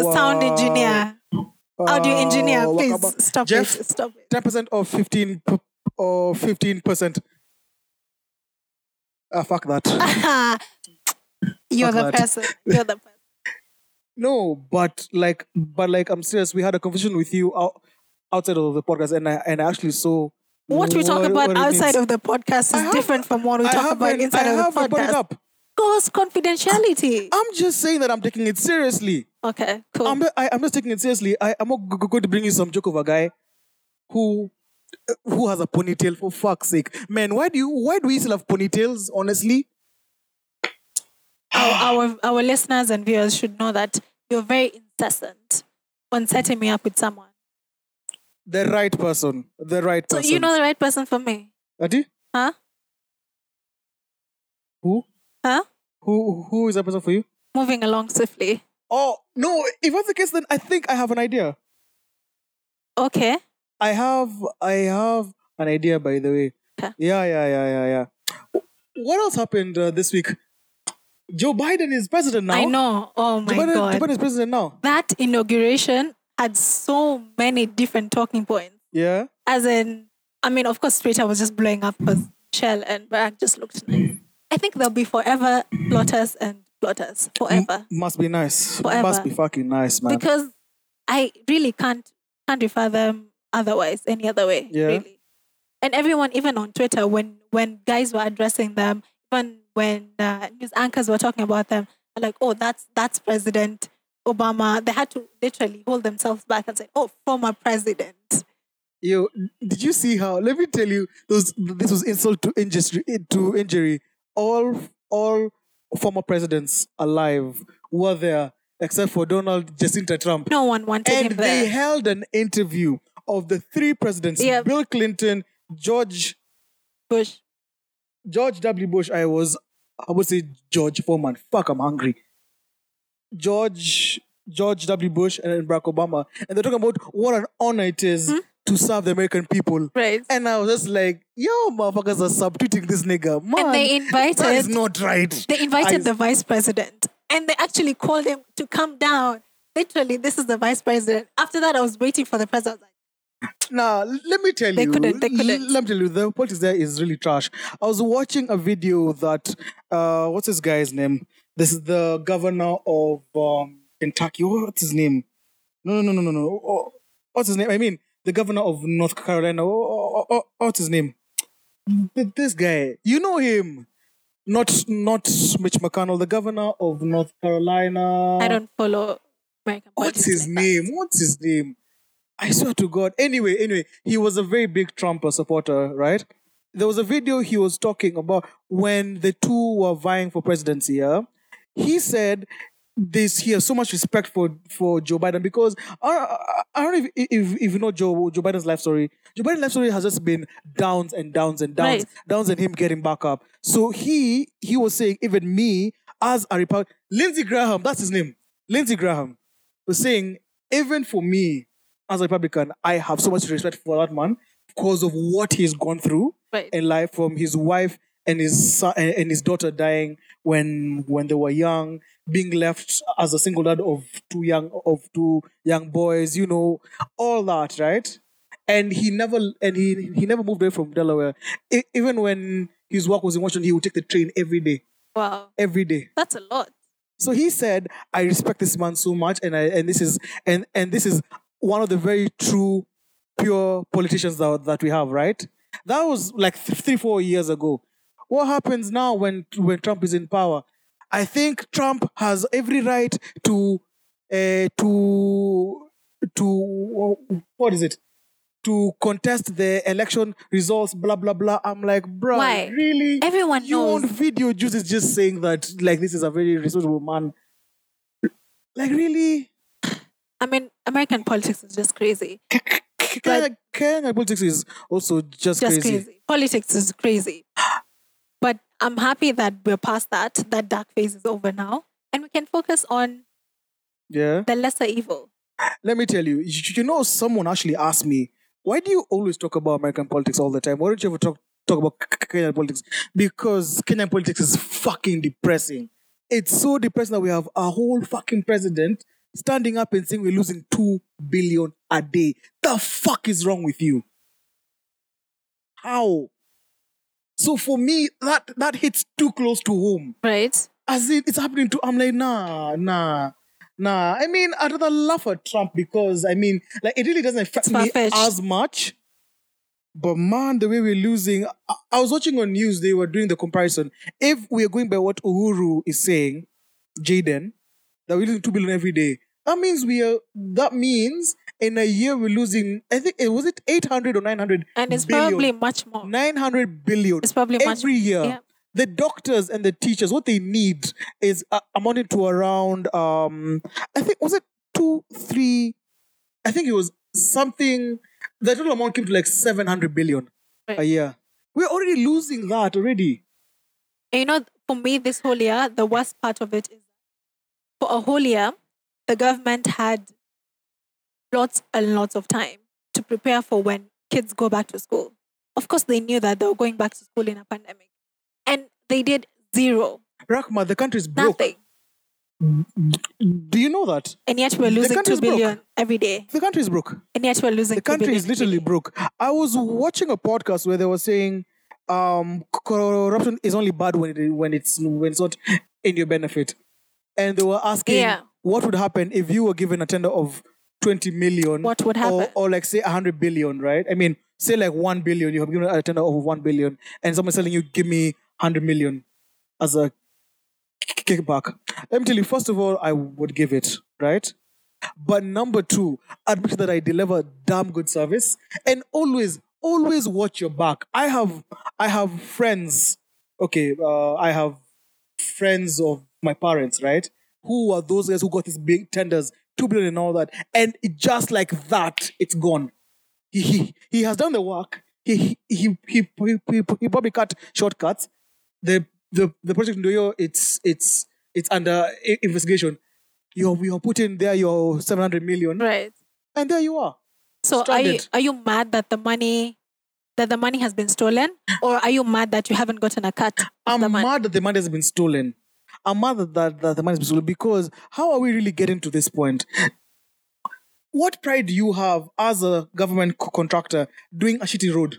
[SPEAKER 2] The sound engineer, audio engineer.
[SPEAKER 1] Uh,
[SPEAKER 2] Please
[SPEAKER 1] Wakaba.
[SPEAKER 2] stop
[SPEAKER 1] Jeff,
[SPEAKER 2] it. Stop it.
[SPEAKER 1] ten percent or fifteen p- or fifteen percent. Ah, fuck that.
[SPEAKER 2] You're the
[SPEAKER 1] Fuck that.
[SPEAKER 2] person. You're the person.
[SPEAKER 1] no, but like, but like, I'm serious. We had a conversation with you out, outside of the podcast, and I and I actually saw
[SPEAKER 2] What we talk
[SPEAKER 1] what
[SPEAKER 2] about
[SPEAKER 1] it
[SPEAKER 2] outside
[SPEAKER 1] means.
[SPEAKER 2] of the podcast is
[SPEAKER 1] I have-
[SPEAKER 2] different from what we
[SPEAKER 1] I
[SPEAKER 2] talk
[SPEAKER 1] haven't-
[SPEAKER 2] about inside
[SPEAKER 1] I
[SPEAKER 2] of the
[SPEAKER 1] haven't brought it
[SPEAKER 2] podcast.
[SPEAKER 1] up.
[SPEAKER 2] Because confidentiality.
[SPEAKER 1] I'm just saying that I'm taking it seriously.
[SPEAKER 2] Okay, cool.
[SPEAKER 1] I'm I, I'm just taking it seriously. I, I'm not g- g- going to bring you some joke of a guy who who has a ponytail for fuck's sake. Man, why do you why do we still have ponytails, honestly?
[SPEAKER 2] our, our our listeners and viewers should know that you're very incessant on setting me up with someone.
[SPEAKER 1] The right person. The right
[SPEAKER 2] So
[SPEAKER 1] person.
[SPEAKER 2] you know the right person for me,
[SPEAKER 1] Ati?
[SPEAKER 2] huh?
[SPEAKER 1] Who?
[SPEAKER 2] Huh?
[SPEAKER 1] Who who is that person for you?
[SPEAKER 2] Moving along swiftly.
[SPEAKER 1] Oh no, if that's the case then I think I have an idea.
[SPEAKER 2] Okay.
[SPEAKER 1] I have I have an idea by the way.
[SPEAKER 2] Okay.
[SPEAKER 1] Yeah, yeah, yeah, yeah, yeah. What else happened uh, this week? Joe Biden is president now.
[SPEAKER 2] I know. Oh my
[SPEAKER 1] Joe Biden,
[SPEAKER 2] god.
[SPEAKER 1] Joe Biden is president now.
[SPEAKER 2] That inauguration had so many different talking points.
[SPEAKER 1] Yeah.
[SPEAKER 2] As in, I mean, of course, Twitter was just blowing up because Shell and Barack just looked
[SPEAKER 1] Mm.
[SPEAKER 2] nice. I think there'll be forever plotters and plotters forever
[SPEAKER 1] Must be nice.
[SPEAKER 2] Forever.
[SPEAKER 1] Must be fucking nice, man.
[SPEAKER 2] because I really can't can't refer them otherwise any other way.
[SPEAKER 1] Yeah.
[SPEAKER 2] Really. And everyone, even on Twitter, when when guys were addressing them, even when uh, news anchors were talking about them, they're like, oh, that's that's President Obama. They had to literally hold themselves back and say, oh, former president.
[SPEAKER 1] Yo, did you see how? Let me tell you, those this was insult to injury. To injury, all all former presidents alive were there except for Donald Jacinta Trump,
[SPEAKER 2] No one wanted
[SPEAKER 1] and
[SPEAKER 2] him
[SPEAKER 1] they
[SPEAKER 2] there.
[SPEAKER 1] held an interview of the three presidents,
[SPEAKER 2] Yeah.
[SPEAKER 1] Bill Clinton, George
[SPEAKER 2] Bush.
[SPEAKER 1] George W. Bush, I was, I would say George Foreman. Fuck, I'm hungry. George George W. Bush and then Barack Obama, and they're talking about what an honor it is to serve the American people.
[SPEAKER 2] Hmm? Right.
[SPEAKER 1] And I was just like, yo, motherfuckers are substituting this nigga. Man,
[SPEAKER 2] And they
[SPEAKER 1] that is
[SPEAKER 2] invited
[SPEAKER 1] not right.
[SPEAKER 2] they invited
[SPEAKER 1] I-
[SPEAKER 2] the vice president and they actually called him to come down. Literally, this is the vice president. After that, I was waiting for the president. I was
[SPEAKER 1] Now, l- let me tell
[SPEAKER 2] They
[SPEAKER 1] you.
[SPEAKER 2] couldn't, they
[SPEAKER 1] l-
[SPEAKER 2] couldn't.
[SPEAKER 1] Let me tell you, the politics there is really trash. I was watching a video that, uh, what's this guy's name? This is the governor of um, Kentucky. What's his name? No, no, no, no, no, no. Oh, What's his name? I mean, the governor of North Carolina. Oh, oh, oh, oh, What's his name? Th- This guy. You know him. Not not Mitch McConnell, the governor of North Carolina.
[SPEAKER 2] like, I don't follow American
[SPEAKER 1] What's
[SPEAKER 2] politics
[SPEAKER 1] his
[SPEAKER 2] like that.
[SPEAKER 1] name? What's his name? I swear to God. Anyway, anyway, he was a very big Trump supporter, right? There was a video he was talking about when the two were vying for presidency. Yeah, he said this. He has so much respect for for Joe Biden because I, I, I don't know if, if if you know Joe Joe Biden's life story. Joe Biden's life story has just been downs and downs and downs,
[SPEAKER 2] Right.
[SPEAKER 1] downs and him getting back up. So he he was saying even me as a Republican, Lindsey Graham, that's his name, Lindsey Graham was saying, even for me as a Republican, I have so much respect for that man because of what he's gone through
[SPEAKER 2] Right.
[SPEAKER 1] in life from his wife and his son and and his daughter dying when when they were young, being left as a single dad of two young of two young boys, you know, all that, right? And he never and he he never moved away from Delaware. E- even when his work was in Washington, he would take the train every day,
[SPEAKER 2] Wow,
[SPEAKER 1] every day.
[SPEAKER 2] that's a lot.
[SPEAKER 1] So he said, "I respect this man so much, and I and this is and and this is one of the very true, pure politicians that that we have, right? That was like th- three, four years ago. What happens now when when Trump is in power? I think Trump has every right to, uh, to to what is it? To contest the election results, blah blah blah. I'm like, bro,
[SPEAKER 2] Why?
[SPEAKER 1] really?
[SPEAKER 2] Everyone
[SPEAKER 1] you
[SPEAKER 2] knows.
[SPEAKER 1] on video juice is just saying that like this is a very responsible man like really
[SPEAKER 2] I mean, American politics is just crazy.
[SPEAKER 1] Kenya, Kenya politics is also just, crazy.
[SPEAKER 2] Just crazy. Politics is crazy. But I'm happy that we're past that. That dark phase is over now. And we can focus on
[SPEAKER 1] yeah
[SPEAKER 2] the lesser evil.
[SPEAKER 1] let me tell you, you you know someone actually asked me why do you always talk about american politics all the time why don't you ever talk talk about K- K- kenyan politics because kenyan politics is fucking depressing it's so depressing that we have a whole fucking president standing up and saying we're losing 2 billion a day the fuck is wrong with you how so for me that that hits too close to home
[SPEAKER 2] Right?
[SPEAKER 1] as in it's happening to I'm like nah nah nah I mean I'd rather laugh at Trump because I mean like it really doesn't affect
[SPEAKER 2] It's
[SPEAKER 1] me
[SPEAKER 2] far-fetched.
[SPEAKER 1] as much but man the way we're losing I, I was watching on news they were doing the comparison if we are going by what Uhuru is saying Jaden that we're losing 2 billion every day that means we are that means in a year we're losing I think it was it 800 or 900
[SPEAKER 2] And it's
[SPEAKER 1] billion?
[SPEAKER 2] probably much more.
[SPEAKER 1] 900 billion
[SPEAKER 2] It's probably much-
[SPEAKER 1] every year.
[SPEAKER 2] yeah.
[SPEAKER 1] The doctors and the teachers, what they need is uh, amounting to around, um, I think, was it two, three? I think it was something. The total amount came to like 700 billion a
[SPEAKER 2] Right.
[SPEAKER 1] year. We're already losing that already.
[SPEAKER 2] And you know, for me, this whole year, the worst part of it is for a whole year, the government had lots and lots of time to prepare for when kids go back to school. Of course, they knew that they were going back to school in a pandemic, and they did zero,
[SPEAKER 1] Rakma, the country's broke.
[SPEAKER 2] nothing,
[SPEAKER 1] Do you know that?
[SPEAKER 2] and yet we're losing
[SPEAKER 1] country
[SPEAKER 2] two
[SPEAKER 1] is broke.
[SPEAKER 2] billion every day,
[SPEAKER 1] The country's broke.
[SPEAKER 2] and yet we're losing.
[SPEAKER 1] the country is literally broke. I was watching a podcast where they were saying um, corruption is only bad when it, when it's when it's not in your benefit, and they were asking
[SPEAKER 2] Yeah.
[SPEAKER 1] what would happen if you were given a tender of twenty million.
[SPEAKER 2] What would happen?
[SPEAKER 1] Or, or like say hundred billion, right? I mean, say like one billion. You have given a tender of one billion, and someone's telling you, "Give me hundred million as a kickback." Let me tell you. First of all, I would give it right. But number two, admit that I deliver damn good service and always, always watch your back. I have, I have friends. Okay, uh, I have friends of my parents, right? Who are those guys who got these big tenders, two billion and all that, and it, just like that, it's gone. he he, he has done the work. He he, he he he he he probably cut shortcuts. The the the project Ndoyo, it's it's it's under i- investigation. You're you're putting there your seven hundred million,
[SPEAKER 2] Right.
[SPEAKER 1] and there you are.
[SPEAKER 2] So are you,
[SPEAKER 1] Stranded.
[SPEAKER 2] are you mad that the money that the money has been stolen, or are you mad that you haven't gotten a cut? of
[SPEAKER 1] I'm
[SPEAKER 2] the money?
[SPEAKER 1] mad that the money has been stolen. I'm mad that, that, that the money has been stolen because how are we really getting to this point? What pride do you have as a government co- contractor doing a shitty road?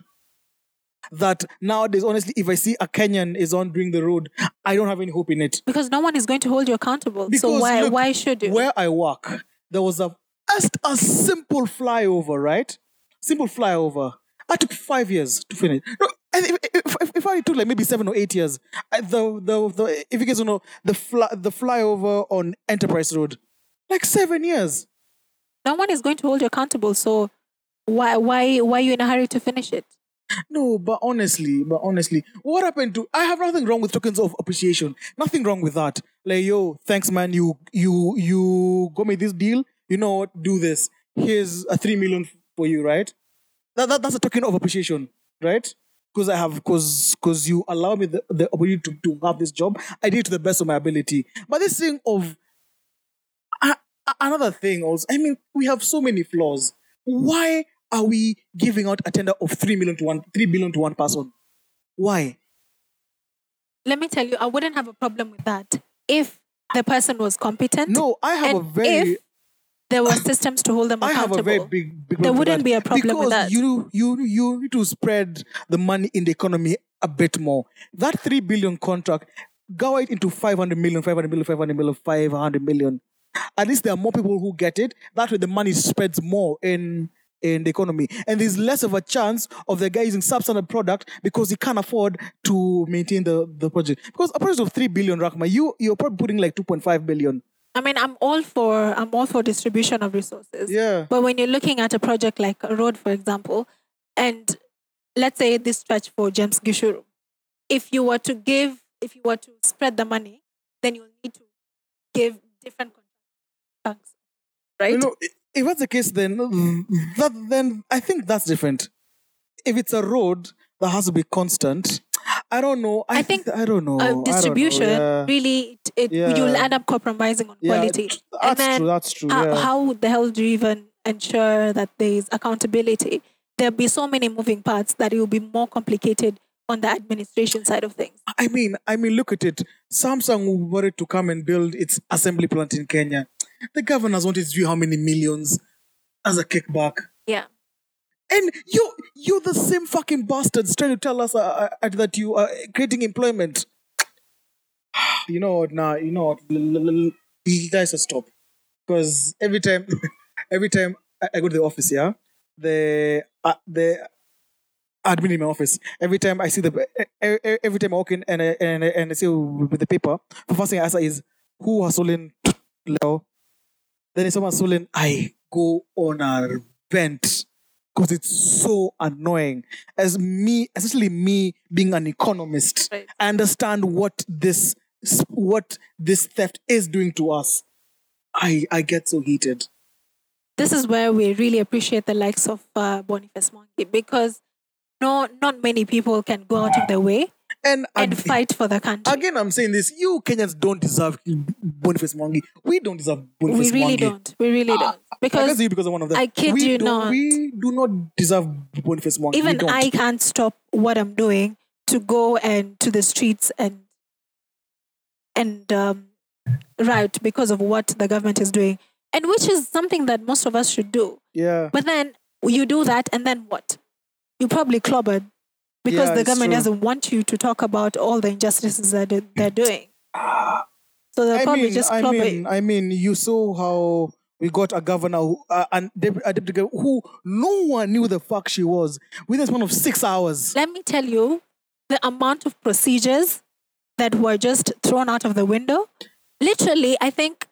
[SPEAKER 1] That nowadays, honestly, if I see a Kenyan is on doing the road, I don't have any hope in it.
[SPEAKER 2] Because no one is going to hold you accountable. so
[SPEAKER 1] Because,
[SPEAKER 2] why
[SPEAKER 1] look,
[SPEAKER 2] why should you?
[SPEAKER 1] Where I work, there was a just a simple flyover, right? Simple flyover. I took five years to finish. No, and if, if, if, if I took like maybe seven or eight years, I, the, the the if you guys don't know the fly, the flyover on Enterprise Road, like seven years.
[SPEAKER 2] no one is going to hold you accountable. So why why why are you in a hurry to finish it?
[SPEAKER 1] No, but honestly, but honestly, what happened to? I have nothing wrong with tokens of appreciation. Nothing wrong with that. Like yo, thanks man, you you you got me this deal. You know what? Do this. Here's a three million for you, right? That, that that's a token of appreciation, right? Because I have, because because you allow me the, the opportunity to, to have this job. I did it to the best of my ability. But this thing of a- a- another thing also. I mean, we have so many flaws. Why are we giving out a tender of three million to one, three billion to one person? Why?
[SPEAKER 2] Let me tell you, I wouldn't have a problem with that if the person was competent.
[SPEAKER 1] No, I have
[SPEAKER 2] and
[SPEAKER 1] a very,
[SPEAKER 2] if there were systems to hold them
[SPEAKER 1] I
[SPEAKER 2] accountable.
[SPEAKER 1] have a very big, big.
[SPEAKER 2] There
[SPEAKER 1] problem with
[SPEAKER 2] wouldn't
[SPEAKER 1] that.
[SPEAKER 2] be a problem
[SPEAKER 1] because
[SPEAKER 2] with that.
[SPEAKER 1] you, you, you need to spread the money in the economy a bit more. That three billion contract, go it into 500 million, 500 million, 500 million, 500 million. At least there are more people who get it. That way, the money spreads more in in the economy, and there's less of a chance of the guy using substandard product because he can't afford to maintain the, the project. Because a project of three billion rakma, you you're probably putting like 2.5 billion.
[SPEAKER 2] I mean, I'm all for I'm all for distribution of resources.
[SPEAKER 1] Yeah.
[SPEAKER 2] But when you're looking at a project like a road, for example, and let's say this stretch for James Gishuru, if you were to give, if you were to spread the money, then you'll need to give different contracts, right?
[SPEAKER 1] You know, i- if that's the case, then that then I think that's different. If it's a road that has to be constant, I don't know. I,
[SPEAKER 2] I
[SPEAKER 1] think,
[SPEAKER 2] think,
[SPEAKER 1] I don't know. Oh, I
[SPEAKER 2] uh,
[SPEAKER 1] don't know,
[SPEAKER 2] distribution
[SPEAKER 1] yeah.
[SPEAKER 2] really, it, it
[SPEAKER 1] Yeah.
[SPEAKER 2] you'll end up compromising on
[SPEAKER 1] Yeah,
[SPEAKER 2] quality.
[SPEAKER 1] tr-
[SPEAKER 2] and
[SPEAKER 1] That's
[SPEAKER 2] then
[SPEAKER 1] true. That's true.
[SPEAKER 2] how,
[SPEAKER 1] yeah.
[SPEAKER 2] how the hell do you even ensure that there is accountability? There'll be so many moving parts that it will be more complicated on the administration side of things.
[SPEAKER 1] I mean, I mean, look at it. Samsung wanted to come and build its assembly plant in Kenya. The governors wanted to do how many millions as a kickback.
[SPEAKER 2] Yeah.
[SPEAKER 1] And you, you're the same fucking bastards trying to tell us uh, uh, uh, that you are creating employment. you know what? Nah, you know what? L- l- l- l- You guys should stop. Because every time, every time I I go to the office, yeah, the uh, the admin in my office. Every time I see the, e- e- every time I walk in and I, and I, and I see with the paper, the first thing I ask her is, who has stolen Leo? Then if someone has stolen, I go on a bent because it's so annoying. As me, especially me being an economist,
[SPEAKER 2] Right.
[SPEAKER 1] I understand what this what this theft is doing to us. I I get so heated.
[SPEAKER 2] This is where we really appreciate the likes of uh, Boniface Monkey because no, not many people can go out of their way
[SPEAKER 1] And,
[SPEAKER 2] and
[SPEAKER 1] ag-
[SPEAKER 2] fight for the country.
[SPEAKER 1] again, I'm saying this: you Kenyans don't deserve Boniface Mwangi. We don't deserve
[SPEAKER 2] We
[SPEAKER 1] Boniface
[SPEAKER 2] really
[SPEAKER 1] Mwangi. Ah,
[SPEAKER 2] don't. We really don't.
[SPEAKER 1] I guess
[SPEAKER 2] Because
[SPEAKER 1] you because I'm one of them.
[SPEAKER 2] I kid
[SPEAKER 1] we
[SPEAKER 2] you
[SPEAKER 1] don't-
[SPEAKER 2] not.
[SPEAKER 1] We do not deserve Boniface Mwangi. we
[SPEAKER 2] even
[SPEAKER 1] don't.
[SPEAKER 2] I can't stop what I'm doing to go and to the streets and and um, riot because of what the government is doing, and which is something that most of us should do.
[SPEAKER 1] Yeah.
[SPEAKER 2] But then you do that, and then what? You probably clobbered because
[SPEAKER 1] Yeah,
[SPEAKER 2] the
[SPEAKER 1] it's
[SPEAKER 2] government
[SPEAKER 1] true.
[SPEAKER 2] doesn't want you to talk about all the injustices that they- they're doing. So they'll
[SPEAKER 1] I
[SPEAKER 2] probably
[SPEAKER 1] mean,
[SPEAKER 2] just
[SPEAKER 1] I
[SPEAKER 2] clobber.
[SPEAKER 1] mean, I mean, you saw how we got a governor who, uh, and deputy, a deputy governor who no one knew the fuck she was within a span of six hours.
[SPEAKER 2] Let me tell you, the amount of procedures that were just thrown out of the window. Literally, I think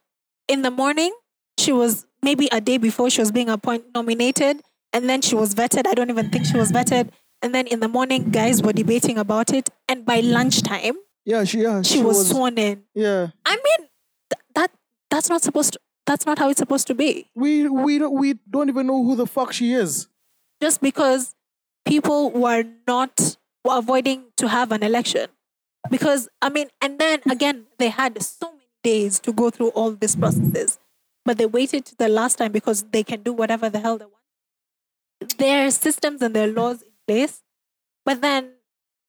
[SPEAKER 2] in the morning she was maybe a day before she was being appointed nominated, and then she was vetted. I don't even think she was vetted. And then in the morning, guys were debating about it, and by lunchtime
[SPEAKER 1] Yeah, she, yeah,
[SPEAKER 2] she, was, sworn in.
[SPEAKER 1] yeah.
[SPEAKER 2] I mean, th- that that's not supposed to. That's not how it's supposed to be.
[SPEAKER 1] We we don't, we don't even know who the fuck she is.
[SPEAKER 2] just because people were not were avoiding to have an election. Because I mean, and then again, they had so many days to go through all these processes, but they waited to the last time because they can do whatever the hell they want. Their systems and their laws in place, but then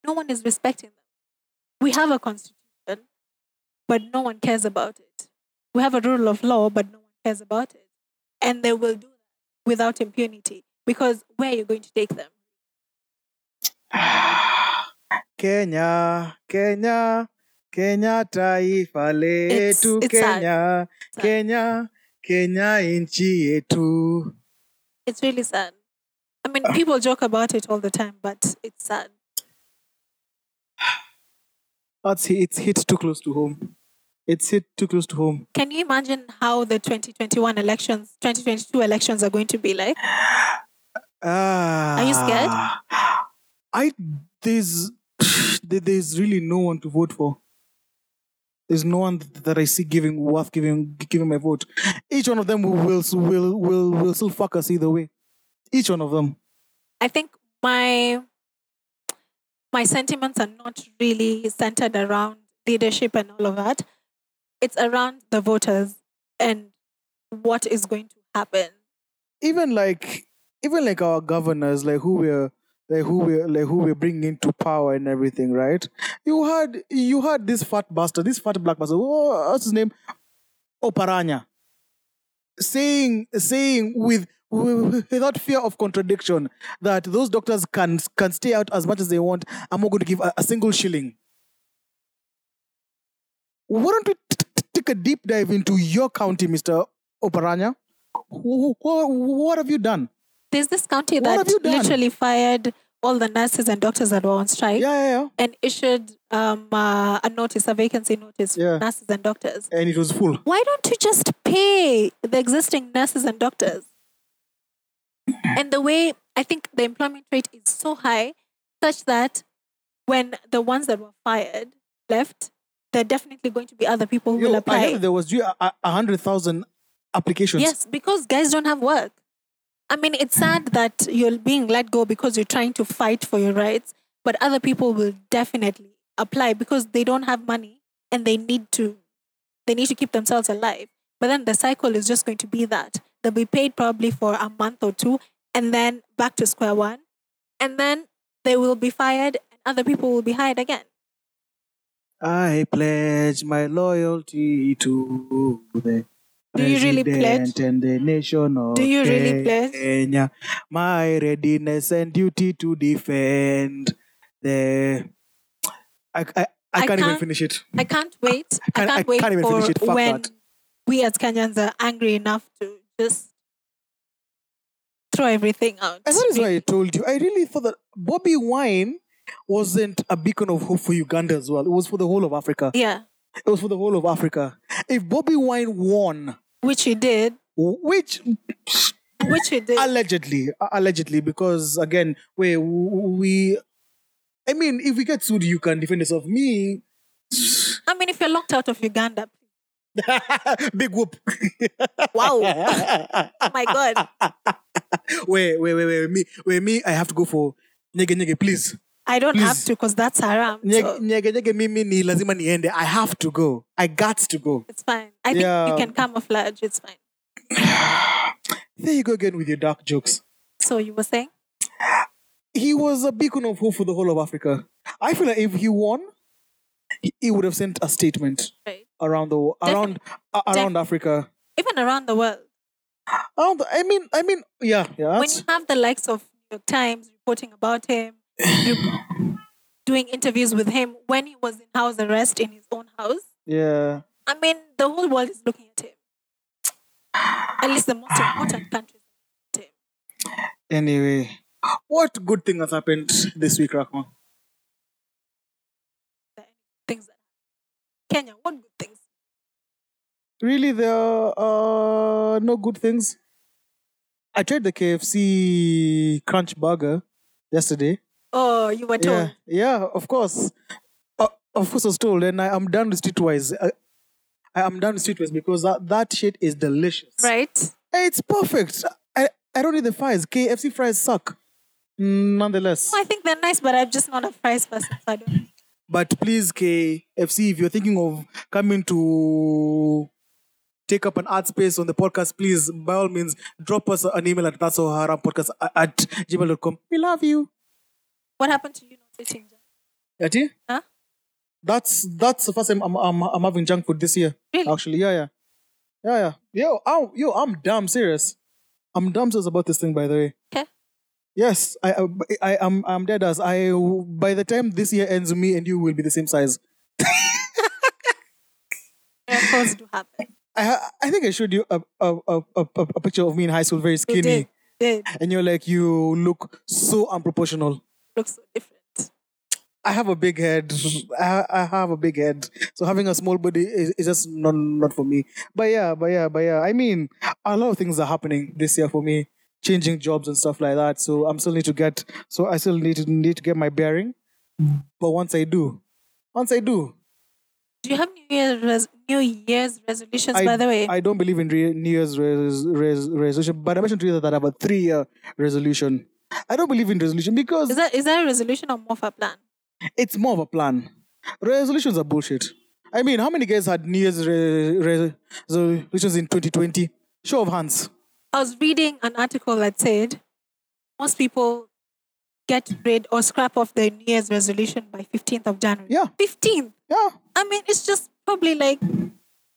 [SPEAKER 2] no one is respecting them. We have a constitution, but no one cares about it. We have a rule of law, but no one cares about it. And they will do that without impunity because where are you going to take them?
[SPEAKER 1] Kenya, Kenya, Kenya taifa letu,
[SPEAKER 2] it's sad.
[SPEAKER 1] Kenya,
[SPEAKER 2] Sad.
[SPEAKER 1] Kenya, Kenya inchi yetu.
[SPEAKER 2] It's really sad.
[SPEAKER 1] Ah.
[SPEAKER 2] I mean, people joke about it all the time, but it's sad.
[SPEAKER 1] That's it's hit too close to home. It's hit too close to home.
[SPEAKER 2] Can you imagine how the 2021 elections, 2022 elections are going to be like?
[SPEAKER 1] Ah.
[SPEAKER 2] you scared?
[SPEAKER 1] I there's there- there's really no one to vote for. There's no one that I see giving worth giving giving my vote. Each one of them will will will will still fuck us either way. Each one of them.
[SPEAKER 2] I think my my sentiments are not really centered around leadership and all of that. It's around the voters and what is going to happen.
[SPEAKER 1] Even like even like our governors, like who we're like who we're like who we're bringing into power and everything, right? You had you had this fat bastard, this fat black bastard. Oh, what's his name? Oparanya. saying saying with with- without fear of contradiction that those doctors can can stay out as much as they want i'm not going to give a, a single shilling why don't we t- t- take a deep dive into your county mr oparanya Wh- wh- what have you done
[SPEAKER 2] There's this county
[SPEAKER 1] What have you
[SPEAKER 2] that
[SPEAKER 1] done?
[SPEAKER 2] literally fired all the nurses and doctors that were on strike.
[SPEAKER 1] yeah yeah
[SPEAKER 2] and issued um, uh, a notice, a vacancy notice
[SPEAKER 1] Yeah.
[SPEAKER 2] for nurses and doctors.
[SPEAKER 1] yeah and it was full
[SPEAKER 2] Why don't you just pay the existing nurses and doctors? And the way I think the employment rate is so high, such that when the ones that were fired left, there are definitely going to be other people who will
[SPEAKER 1] Yo, i
[SPEAKER 2] apply.
[SPEAKER 1] heard that there was due a, a- a hundred thousand applications
[SPEAKER 2] Yes, because guys don't have work. I mean, it's sad that you're being let go because you're trying to fight for your rights, but other people will definitely apply because they don't have money and they need to they need to keep themselves alive. But then the cycle is just going to be that. They'll be paid probably for a month or two and then back to square one. And then they will be fired and other people will be hired again.
[SPEAKER 1] i pledge my loyalty to the
[SPEAKER 2] Do you really
[SPEAKER 1] president and the nation of
[SPEAKER 2] Do you really pledge?
[SPEAKER 1] Kenya. My readiness and duty to defend the. I, I, I,
[SPEAKER 2] I
[SPEAKER 1] can't even
[SPEAKER 2] can't-
[SPEAKER 1] finish it.
[SPEAKER 2] I can't wait. I
[SPEAKER 1] can't-
[SPEAKER 2] can't,
[SPEAKER 1] I
[SPEAKER 2] wait
[SPEAKER 1] can't even
[SPEAKER 2] for
[SPEAKER 1] finish it. Fuck
[SPEAKER 2] when
[SPEAKER 1] that.
[SPEAKER 2] we as Kenyans are angry enough to just throw everything out.
[SPEAKER 1] And that is why I told you. I really thought that Bobby Wine wasn't a beacon of hope for Uganda as well. It was for the whole of Africa.
[SPEAKER 2] Yeah,
[SPEAKER 1] It was for the whole of Africa. If Bobby Wine won,
[SPEAKER 2] which you did,
[SPEAKER 1] which
[SPEAKER 2] which you did.
[SPEAKER 1] allegedly allegedly because again we we i mean if we get sued you can defend yourself me
[SPEAKER 2] I mean, if you're locked out of Uganda,
[SPEAKER 1] big whoop
[SPEAKER 2] wow, oh my god,
[SPEAKER 1] wait wait wait wait me wait me i have to go for nyege nyege please
[SPEAKER 2] I don't have
[SPEAKER 1] Please.
[SPEAKER 2] to because that's haram.
[SPEAKER 1] nyege
[SPEAKER 2] So
[SPEAKER 1] nyege nyege mimi ni lazima niende i have to go i got to go
[SPEAKER 2] it's fine. I think
[SPEAKER 1] Yeah.
[SPEAKER 2] you can camouflage. It's fine.
[SPEAKER 1] there you go again with your dark jokes
[SPEAKER 2] So you were saying?
[SPEAKER 1] he was a beacon of hope for the whole of africa i feel like if he won he- he would have sent a statement
[SPEAKER 2] Right.
[SPEAKER 1] around the wo- around a around
[SPEAKER 2] Definitely.
[SPEAKER 1] africa
[SPEAKER 2] Even around the world,
[SPEAKER 1] Oh, th- I mean, I mean, yeah, yeah.
[SPEAKER 2] when you
[SPEAKER 1] that's-
[SPEAKER 2] have the likes of New York Times reporting about him, you- doing interviews with him when he was in house arrest in his own house.
[SPEAKER 1] yeah.
[SPEAKER 2] I mean, the whole world is looking at him. At least the most important countries are looking at him.
[SPEAKER 1] Anyway, what good thing has happened this week, Rahma?
[SPEAKER 2] The things that Kenya, what good things?
[SPEAKER 1] Really, there are uh, no good things. I tried the KFC Crunch Burger yesterday.
[SPEAKER 2] Oh, you were told.
[SPEAKER 1] Yeah, yeah, of course, uh, of course, I was told, and I, I'm down with streetwise. I, I am down with streetwise because that, that shit is delicious.
[SPEAKER 2] Right?
[SPEAKER 1] It's perfect. I, I don't need the fries. KFC fries suck. nonetheless.
[SPEAKER 2] I think they're nice, but I'm just not a price person. So I don't.
[SPEAKER 1] But please, KFC, if you're thinking of coming to take up an ad space on the podcast, please, by all means, drop us an email at that's podcast at gmail.com. We love you.
[SPEAKER 2] What happened to you not eating? junk?
[SPEAKER 1] Yati?
[SPEAKER 2] Huh?
[SPEAKER 1] Eh, That's that's the first time I'm, I'm, I'm having junk food this year.
[SPEAKER 2] Really?
[SPEAKER 1] Actually, yeah, yeah. Yeah, yeah. Yo, I'm, yo, I'm damn serious. I'm damn serious about this thing, by the way.
[SPEAKER 2] Okay.
[SPEAKER 1] Yes, I, I, I I'm, I'm dead as I. By the time this year ends, me and you will be the same size.
[SPEAKER 2] Miracles do happen.
[SPEAKER 1] I, ha- I think I showed you a, a, a, a, a picture of me in high school, very
[SPEAKER 2] You
[SPEAKER 1] skinny,
[SPEAKER 2] did. Did
[SPEAKER 1] and you're like, you look so unproportional.
[SPEAKER 2] looks so different.
[SPEAKER 1] I have a big head. I, I have a big head. So having a small body is, is just not not for me. But yeah, but yeah, but yeah. I mean, a lot of things are happening this year for me, changing jobs and stuff like that. So I'm still need to get. So I still need to need to get my bearing. But once I do, once I do,
[SPEAKER 2] Do you have New Year's res- New Year's resolutions?
[SPEAKER 1] I,
[SPEAKER 2] by the way,
[SPEAKER 1] I don't believe in re- New Year's res- res- resolution. But I mentioned to you that I have a three year resolution. I don't believe in resolution because
[SPEAKER 2] is that is that a resolution or more of a plan?
[SPEAKER 1] it's more of a plan. Resolutions are bullshit. I mean, how many guys had New Year's re- re- resolutions in 2020? Show of hands.
[SPEAKER 2] I was reading an article that said most people get rid or scrap off their New Year's resolution by 15th of January.
[SPEAKER 1] Yeah.
[SPEAKER 2] 15th.
[SPEAKER 1] Yeah.
[SPEAKER 2] I mean, it's just probably like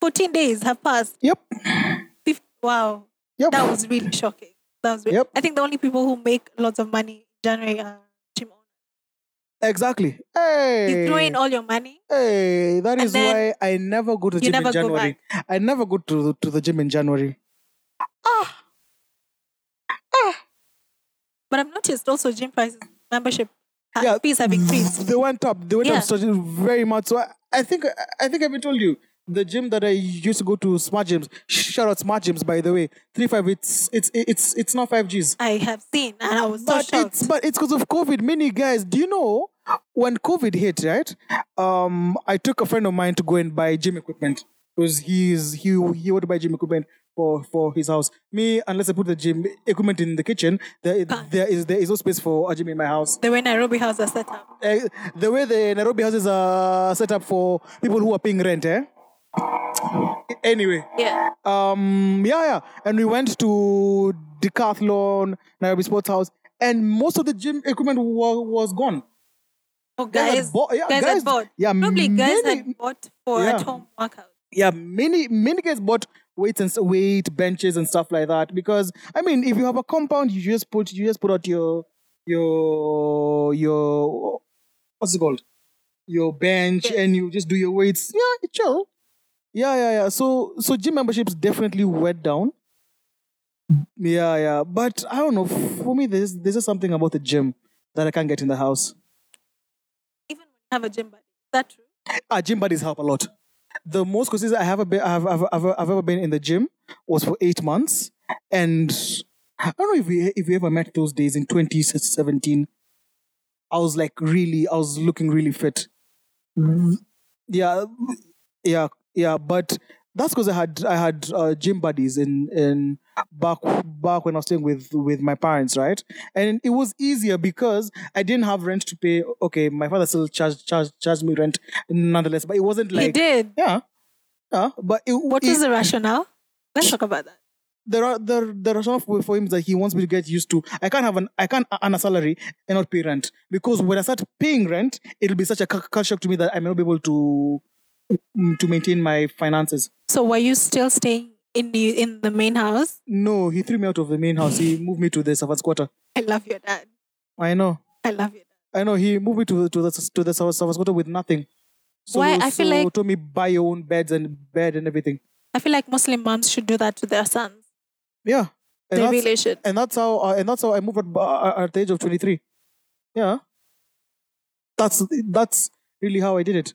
[SPEAKER 2] 14 days have passed.
[SPEAKER 1] Yep.
[SPEAKER 2] 15, wow.
[SPEAKER 1] Yep.
[SPEAKER 2] That was really shocking. That was really,
[SPEAKER 1] Yep.
[SPEAKER 2] I think the only people who make lots of money in January are gym owners.
[SPEAKER 1] exactly. Hey.
[SPEAKER 2] You throw in all your money.
[SPEAKER 1] hey. That
[SPEAKER 2] And
[SPEAKER 1] is why
[SPEAKER 2] then
[SPEAKER 1] I never go to the
[SPEAKER 2] you
[SPEAKER 1] gym in
[SPEAKER 2] never go
[SPEAKER 1] January. I never go to the, to the gym in January.
[SPEAKER 2] But I've noticed also gym prices, membership ha-
[SPEAKER 1] Yeah.
[SPEAKER 2] fees have increased.
[SPEAKER 1] They went up. They went
[SPEAKER 2] Yeah.
[SPEAKER 1] up started very much. So I, I think I think I've been told you the gym that I used to go to, Smart Gyms. Shout out Smart Gyms, by the way. Three five. It's it's it's it's not five Gs.
[SPEAKER 2] I have seen and I was so
[SPEAKER 1] but
[SPEAKER 2] shocked.
[SPEAKER 1] it's but it's because of COVID. Many guys, do you know when COVID hit, right? Um, I took a friend of mine to go and buy gym equipment because he's he he would buy gym equipment for for his house. Me, unless I put the gym equipment in the kitchen, there there is there is no space for a gym in my house.
[SPEAKER 2] The way Nairobi house are set up.
[SPEAKER 1] Eh, the way the Nairobi houses are set up for people who are paying rent, eh? Anyway,
[SPEAKER 2] Yeah.
[SPEAKER 1] um yeah yeah and we went to decathlon nairobi sports house and most of the gym equipment wa- was gone
[SPEAKER 2] Oh,
[SPEAKER 1] Guys had
[SPEAKER 2] guys,
[SPEAKER 1] bought- yeah,
[SPEAKER 2] guys,
[SPEAKER 1] guys-
[SPEAKER 2] had bought.
[SPEAKER 1] yeah,
[SPEAKER 2] probably guys
[SPEAKER 1] many-
[SPEAKER 2] had bought for
[SPEAKER 1] yeah.
[SPEAKER 2] at-home workout.
[SPEAKER 1] yeah many many guys bought weights and s- weight benches and stuff like that because i mean if you have a compound you just put you just put out your your your what's it called your bench
[SPEAKER 2] Yeah.
[SPEAKER 1] and you just do your weights yeah it's chill yeah yeah yeah so so gym memberships definitely went down yeah yeah but i don't know for me there's there's just something about the gym that i can't get in the house
[SPEAKER 2] Even when you have a gym buddy, is that true?
[SPEAKER 1] uh, gym buddies help a lot. The most consistent I have, been, I've, I've, I've, I've ever been in the gym was for eight months, and I don't know if we if we ever met those days in 2017. I was like really, I was looking really fit. Yeah, yeah, yeah. But that's because I had I had uh, gym buddies in in back back when I was staying with with my parents, right? And it was easier because I didn't have rent to pay. Okay, my father still charged charged, charged me rent, nonetheless. But it wasn't like
[SPEAKER 2] he did.
[SPEAKER 1] yeah. Yeah, but it,
[SPEAKER 2] What
[SPEAKER 1] it-
[SPEAKER 2] was the rationale? Let's talk about that.
[SPEAKER 1] there are there there are some for him that he wants me to get used to. I can't have an I can't earn a salary and not pay rent because when I start paying rent, it'll be such a cu- culture shock to me that I may not be able to mm, to maintain my finances.
[SPEAKER 2] So were you still staying in the in the main house?
[SPEAKER 1] No, he threw me out of the main house. He moved me to the servants' quarter.
[SPEAKER 2] I love your dad.
[SPEAKER 1] I know,
[SPEAKER 2] I love your dad.
[SPEAKER 1] I know. He moved me to to the to the servants' servants' quarter with nothing. So,
[SPEAKER 2] Why? I
[SPEAKER 1] so
[SPEAKER 2] feel like-
[SPEAKER 1] told me buy your own beds and bed and everything.
[SPEAKER 2] I feel like Muslim moms should do that to their sons.
[SPEAKER 1] Yeah, and
[SPEAKER 2] They
[SPEAKER 1] that's
[SPEAKER 2] really should.
[SPEAKER 1] and that's how uh, and that's how I moved at, uh, at the age of 23. Yeah, that's that's really how I did it.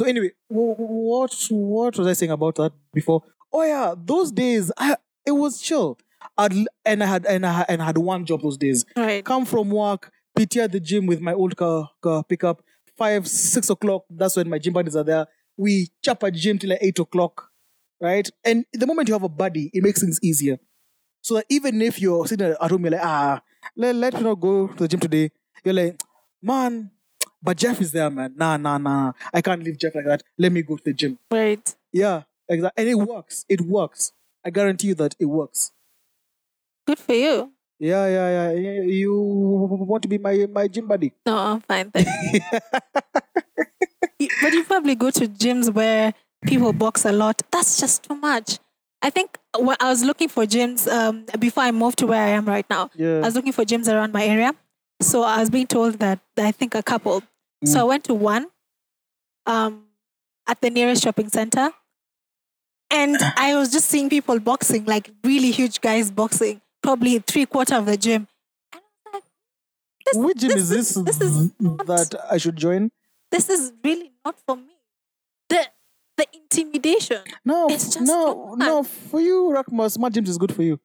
[SPEAKER 1] So anyway, wh- what what was I saying about that before? Oh yeah, those days I it was chill. I'd, l- and I had and I had, and I had one job those days.
[SPEAKER 2] Right.
[SPEAKER 1] Come from work, PT at the gym with my old car, car pickup. Five six o'clock. That's when my gym buddies are there. We chop at gym till like eight o'clock, right? And the moment you have a buddy, it makes things easier So that even if you're sitting at home, you're like, ah, let, let me not go to the gym today. You're like, man, but Jeff is there, man. Nah, nah, nah. I can't leave Jeff like that. Let me go to the gym.
[SPEAKER 2] Right.
[SPEAKER 1] Yeah, exactly. And it works. It works. I guarantee you that it works.
[SPEAKER 2] Good for you.
[SPEAKER 1] Yeah, yeah, yeah. yeah. You want to be my, my gym buddy?
[SPEAKER 2] No, I'm fine. Thank you. You- but you probably go to gyms where people box a lot. That's just too much. I think when I was looking for gyms um, before I moved to where I am right now. I
[SPEAKER 1] Yeah.
[SPEAKER 2] was looking for gyms around my area. So I was being told that that I think a couple. So
[SPEAKER 1] Mm.
[SPEAKER 2] I went to one um, at the nearest shopping center. And I was just seeing people boxing, like really huge guys boxing, probably three quarter of the gym.
[SPEAKER 1] Which gym
[SPEAKER 2] this
[SPEAKER 1] is this,
[SPEAKER 2] is- this is not-
[SPEAKER 1] that I should join?
[SPEAKER 2] This is really not for me. The the intimidation.
[SPEAKER 1] No,
[SPEAKER 2] It's just
[SPEAKER 1] no,
[SPEAKER 2] too
[SPEAKER 1] no. For you, Rakma, smart gyms is good for you.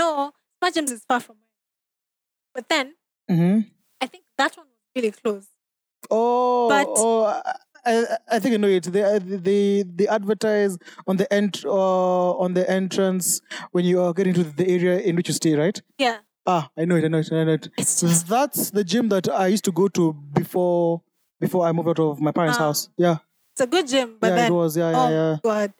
[SPEAKER 2] No, smart gyms is far from me. But then
[SPEAKER 1] Mm-hmm.
[SPEAKER 2] I think that one was really close.
[SPEAKER 1] Oh,
[SPEAKER 2] But-
[SPEAKER 1] oh I- I, I think I know it. They they they advertise on the ent- uh, on the entrance when you are getting to the area in which you stay, right?
[SPEAKER 2] Yeah.
[SPEAKER 1] Ah, I know it. I know it. I know it.
[SPEAKER 2] It's just
[SPEAKER 1] That's the gym that I used to go to before before I moved out of my parents'
[SPEAKER 2] Ah.
[SPEAKER 1] house. Yeah,
[SPEAKER 2] it's a good gym, but
[SPEAKER 1] yeah,
[SPEAKER 2] then
[SPEAKER 1] it was. Yeah, yeah,
[SPEAKER 2] oh
[SPEAKER 1] yeah.
[SPEAKER 2] god.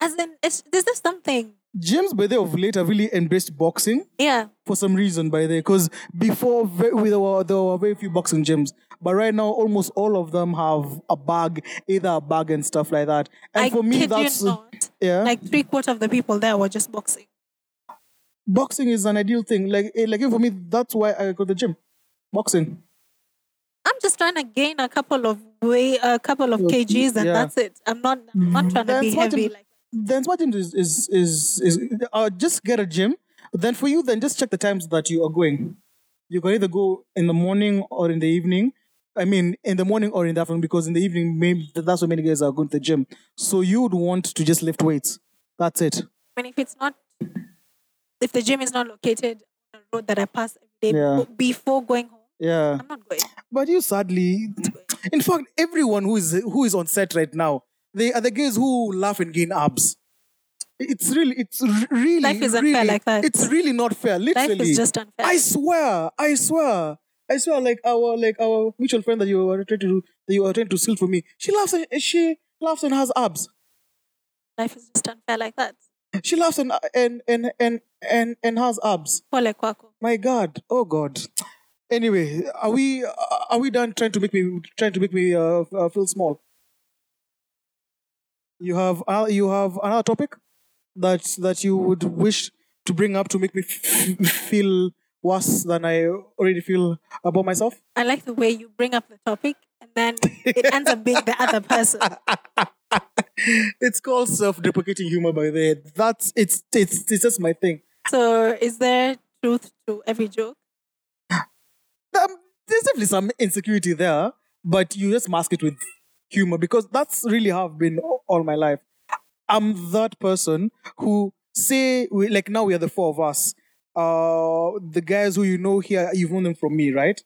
[SPEAKER 2] As in it's there's just something.
[SPEAKER 1] Gyms, by the way, of late, have really embraced boxing.
[SPEAKER 2] Yeah.
[SPEAKER 1] for some reason by the because before ve- we, there, were, there were very few boxing gyms but right now almost all of them have a bag either a bag and stuff like that and
[SPEAKER 2] I
[SPEAKER 1] for me
[SPEAKER 2] kid
[SPEAKER 1] that's
[SPEAKER 2] you not.
[SPEAKER 1] yeah
[SPEAKER 2] Like three quarter of the people there were just boxing.
[SPEAKER 1] boxing is an ideal thing like eh, like for me that's why i go to the gym boxing
[SPEAKER 2] I'm just trying to gain a couple of way a couple of
[SPEAKER 1] Okay,
[SPEAKER 2] kgs and
[SPEAKER 1] yeah. Mm-hmm.
[SPEAKER 2] that's it. I'm not I'm not trying to
[SPEAKER 1] Then
[SPEAKER 2] be
[SPEAKER 1] smart
[SPEAKER 2] heavy
[SPEAKER 1] gyms-
[SPEAKER 2] like
[SPEAKER 1] then smart gym is is is, is uh, just get a gym then for you then just check the times that you are going you can either go in the morning or in the evening i mean in the morning or in the afternoon because in the evening maybe that's when many guys are going to the gym so you would want to just lift weights that's it
[SPEAKER 2] I mean, if it's not, if the gym is not located on a road that I pass every day
[SPEAKER 1] Yeah.
[SPEAKER 2] befo- before going home,
[SPEAKER 1] yeah
[SPEAKER 2] I'm not going.
[SPEAKER 1] but you sadly in fact everyone who is who is on set right now they are the guys who laugh and gain abs it's really it's r- really
[SPEAKER 2] Life is unfair
[SPEAKER 1] really-
[SPEAKER 2] like that.
[SPEAKER 1] it's really not fair
[SPEAKER 2] Life
[SPEAKER 1] literally
[SPEAKER 2] is just unfair.
[SPEAKER 1] I swear, I swear, I swear. Like our like our mutual friend that you were trying to that you were trying to steal from me. She laughs and she laughs and has abs.
[SPEAKER 2] Life is just unfair like that.
[SPEAKER 1] She laughs and and and and and, and has abs.
[SPEAKER 2] Pole kwako.
[SPEAKER 1] My God, oh God. Anyway, are we are we done trying to make me trying to make me uh, uh, feel small? You have uh, you have another topic that that you would wish to bring up to make me feel worse than I already feel about myself.
[SPEAKER 2] I like the way you bring up the topic and then it ends up being the other person.
[SPEAKER 1] it's called self-deprecating humor by the way. That's it's it's it's just my thing.
[SPEAKER 2] So, is there truth to every joke?
[SPEAKER 1] Um, there's definitely some insecurity there, but you just mask it with humor because that's really how I've been a- all my life. I'm that person who say we, like now we are the four of us. Uh, the guys who you know here, you've known them from me, right?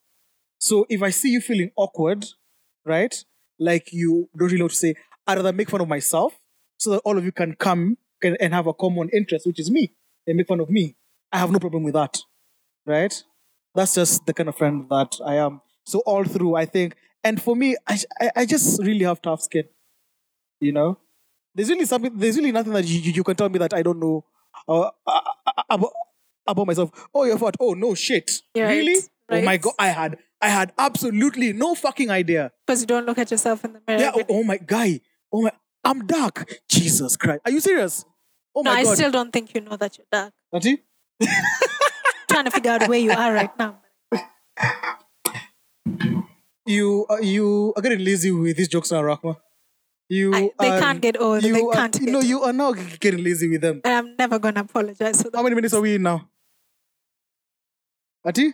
[SPEAKER 1] So if I see you feeling awkward, right, like you don't really know what to say, I'd rather make fun of myself so that all of you can come can, and have a common interest, which is me, and make fun of me. I have no problem with that, right? That's just the kind of friend that I am. So all through, I think, and for me, I I, I just really have tough skin, you know. There's really something. There's really nothing that you, you, you can tell me that I don't know uh, uh, uh, about about myself. Oh, you're fat. Oh no, shit.
[SPEAKER 2] Yeah,
[SPEAKER 1] really?
[SPEAKER 2] it's-
[SPEAKER 1] Oh my
[SPEAKER 2] right.
[SPEAKER 1] god, I had I had absolutely no fucking idea.
[SPEAKER 2] Because you don't look at yourself in the mirror.
[SPEAKER 1] Yeah.
[SPEAKER 2] every
[SPEAKER 1] Oh,
[SPEAKER 2] day.
[SPEAKER 1] oh my guy. Oh my. I'm dark. Jesus Christ. Are you serious? Oh
[SPEAKER 2] no,
[SPEAKER 1] my
[SPEAKER 2] I
[SPEAKER 1] god.
[SPEAKER 2] still don't think you know that you're dark.
[SPEAKER 1] Auntie?
[SPEAKER 2] trying to figure out where you are right now.
[SPEAKER 1] you uh, you are getting lazy with these jokes now, Rahma. You
[SPEAKER 2] I- they
[SPEAKER 1] are-
[SPEAKER 2] can't get old.
[SPEAKER 1] You
[SPEAKER 2] They
[SPEAKER 1] are,
[SPEAKER 2] can't
[SPEAKER 1] You
[SPEAKER 2] get
[SPEAKER 1] know,
[SPEAKER 2] old.
[SPEAKER 1] you are now g- getting lazy with them.
[SPEAKER 2] And I'm never going to apologize for that.
[SPEAKER 1] How many minutes are we in now? Ati?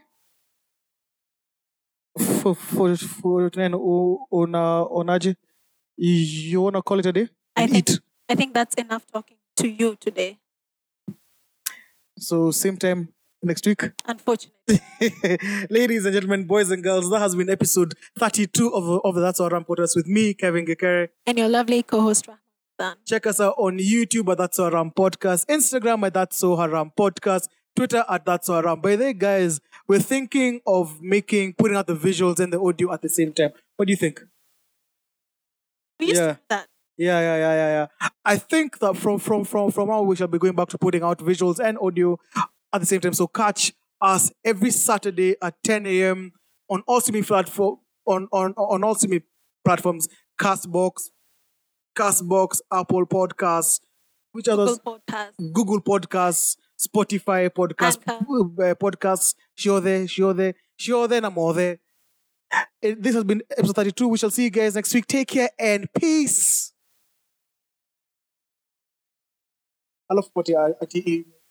[SPEAKER 1] For for for tonight, o- on uh, on Aji, you wanna call it a day?
[SPEAKER 2] I
[SPEAKER 1] And
[SPEAKER 2] think,
[SPEAKER 1] eat.
[SPEAKER 2] I think that's enough talking to you today,
[SPEAKER 1] So same time next week.
[SPEAKER 2] unfortunately.
[SPEAKER 1] Ladies and gentlemen, boys and girls, that has been episode 32 of, of the That's Our Ram podcast with me, Kevin Gekere.
[SPEAKER 2] and your lovely co-host Rahman.
[SPEAKER 1] Check us out on YouTube at That's So Haram Podcast, Instagram at That's So Haram Podcast, Twitter at That's So Haram. By the way, guys, we're thinking of making putting out the visuals and the audio at the same time. What do you think?
[SPEAKER 2] We used
[SPEAKER 1] Yeah.
[SPEAKER 2] to do that.
[SPEAKER 1] Yeah, yeah, yeah, yeah, yeah. I think that from from from from now we shall be going back to putting out visuals and audio at the same time. So catch us every Saturday at 10 a.m. on all streaming platform on on on all streaming platforms, Castbox, Castbox, Apple Podcasts, which others?
[SPEAKER 2] Google Podcast.
[SPEAKER 1] Google Podcasts, Spotify Podcasts,
[SPEAKER 2] Anchor.
[SPEAKER 1] uh, Podcasts, Shiode, Shiode, Shiode Namode. Eh, This has been episode 32. We shall see you guys next week. Take care and peace. I love Spotify. I- I-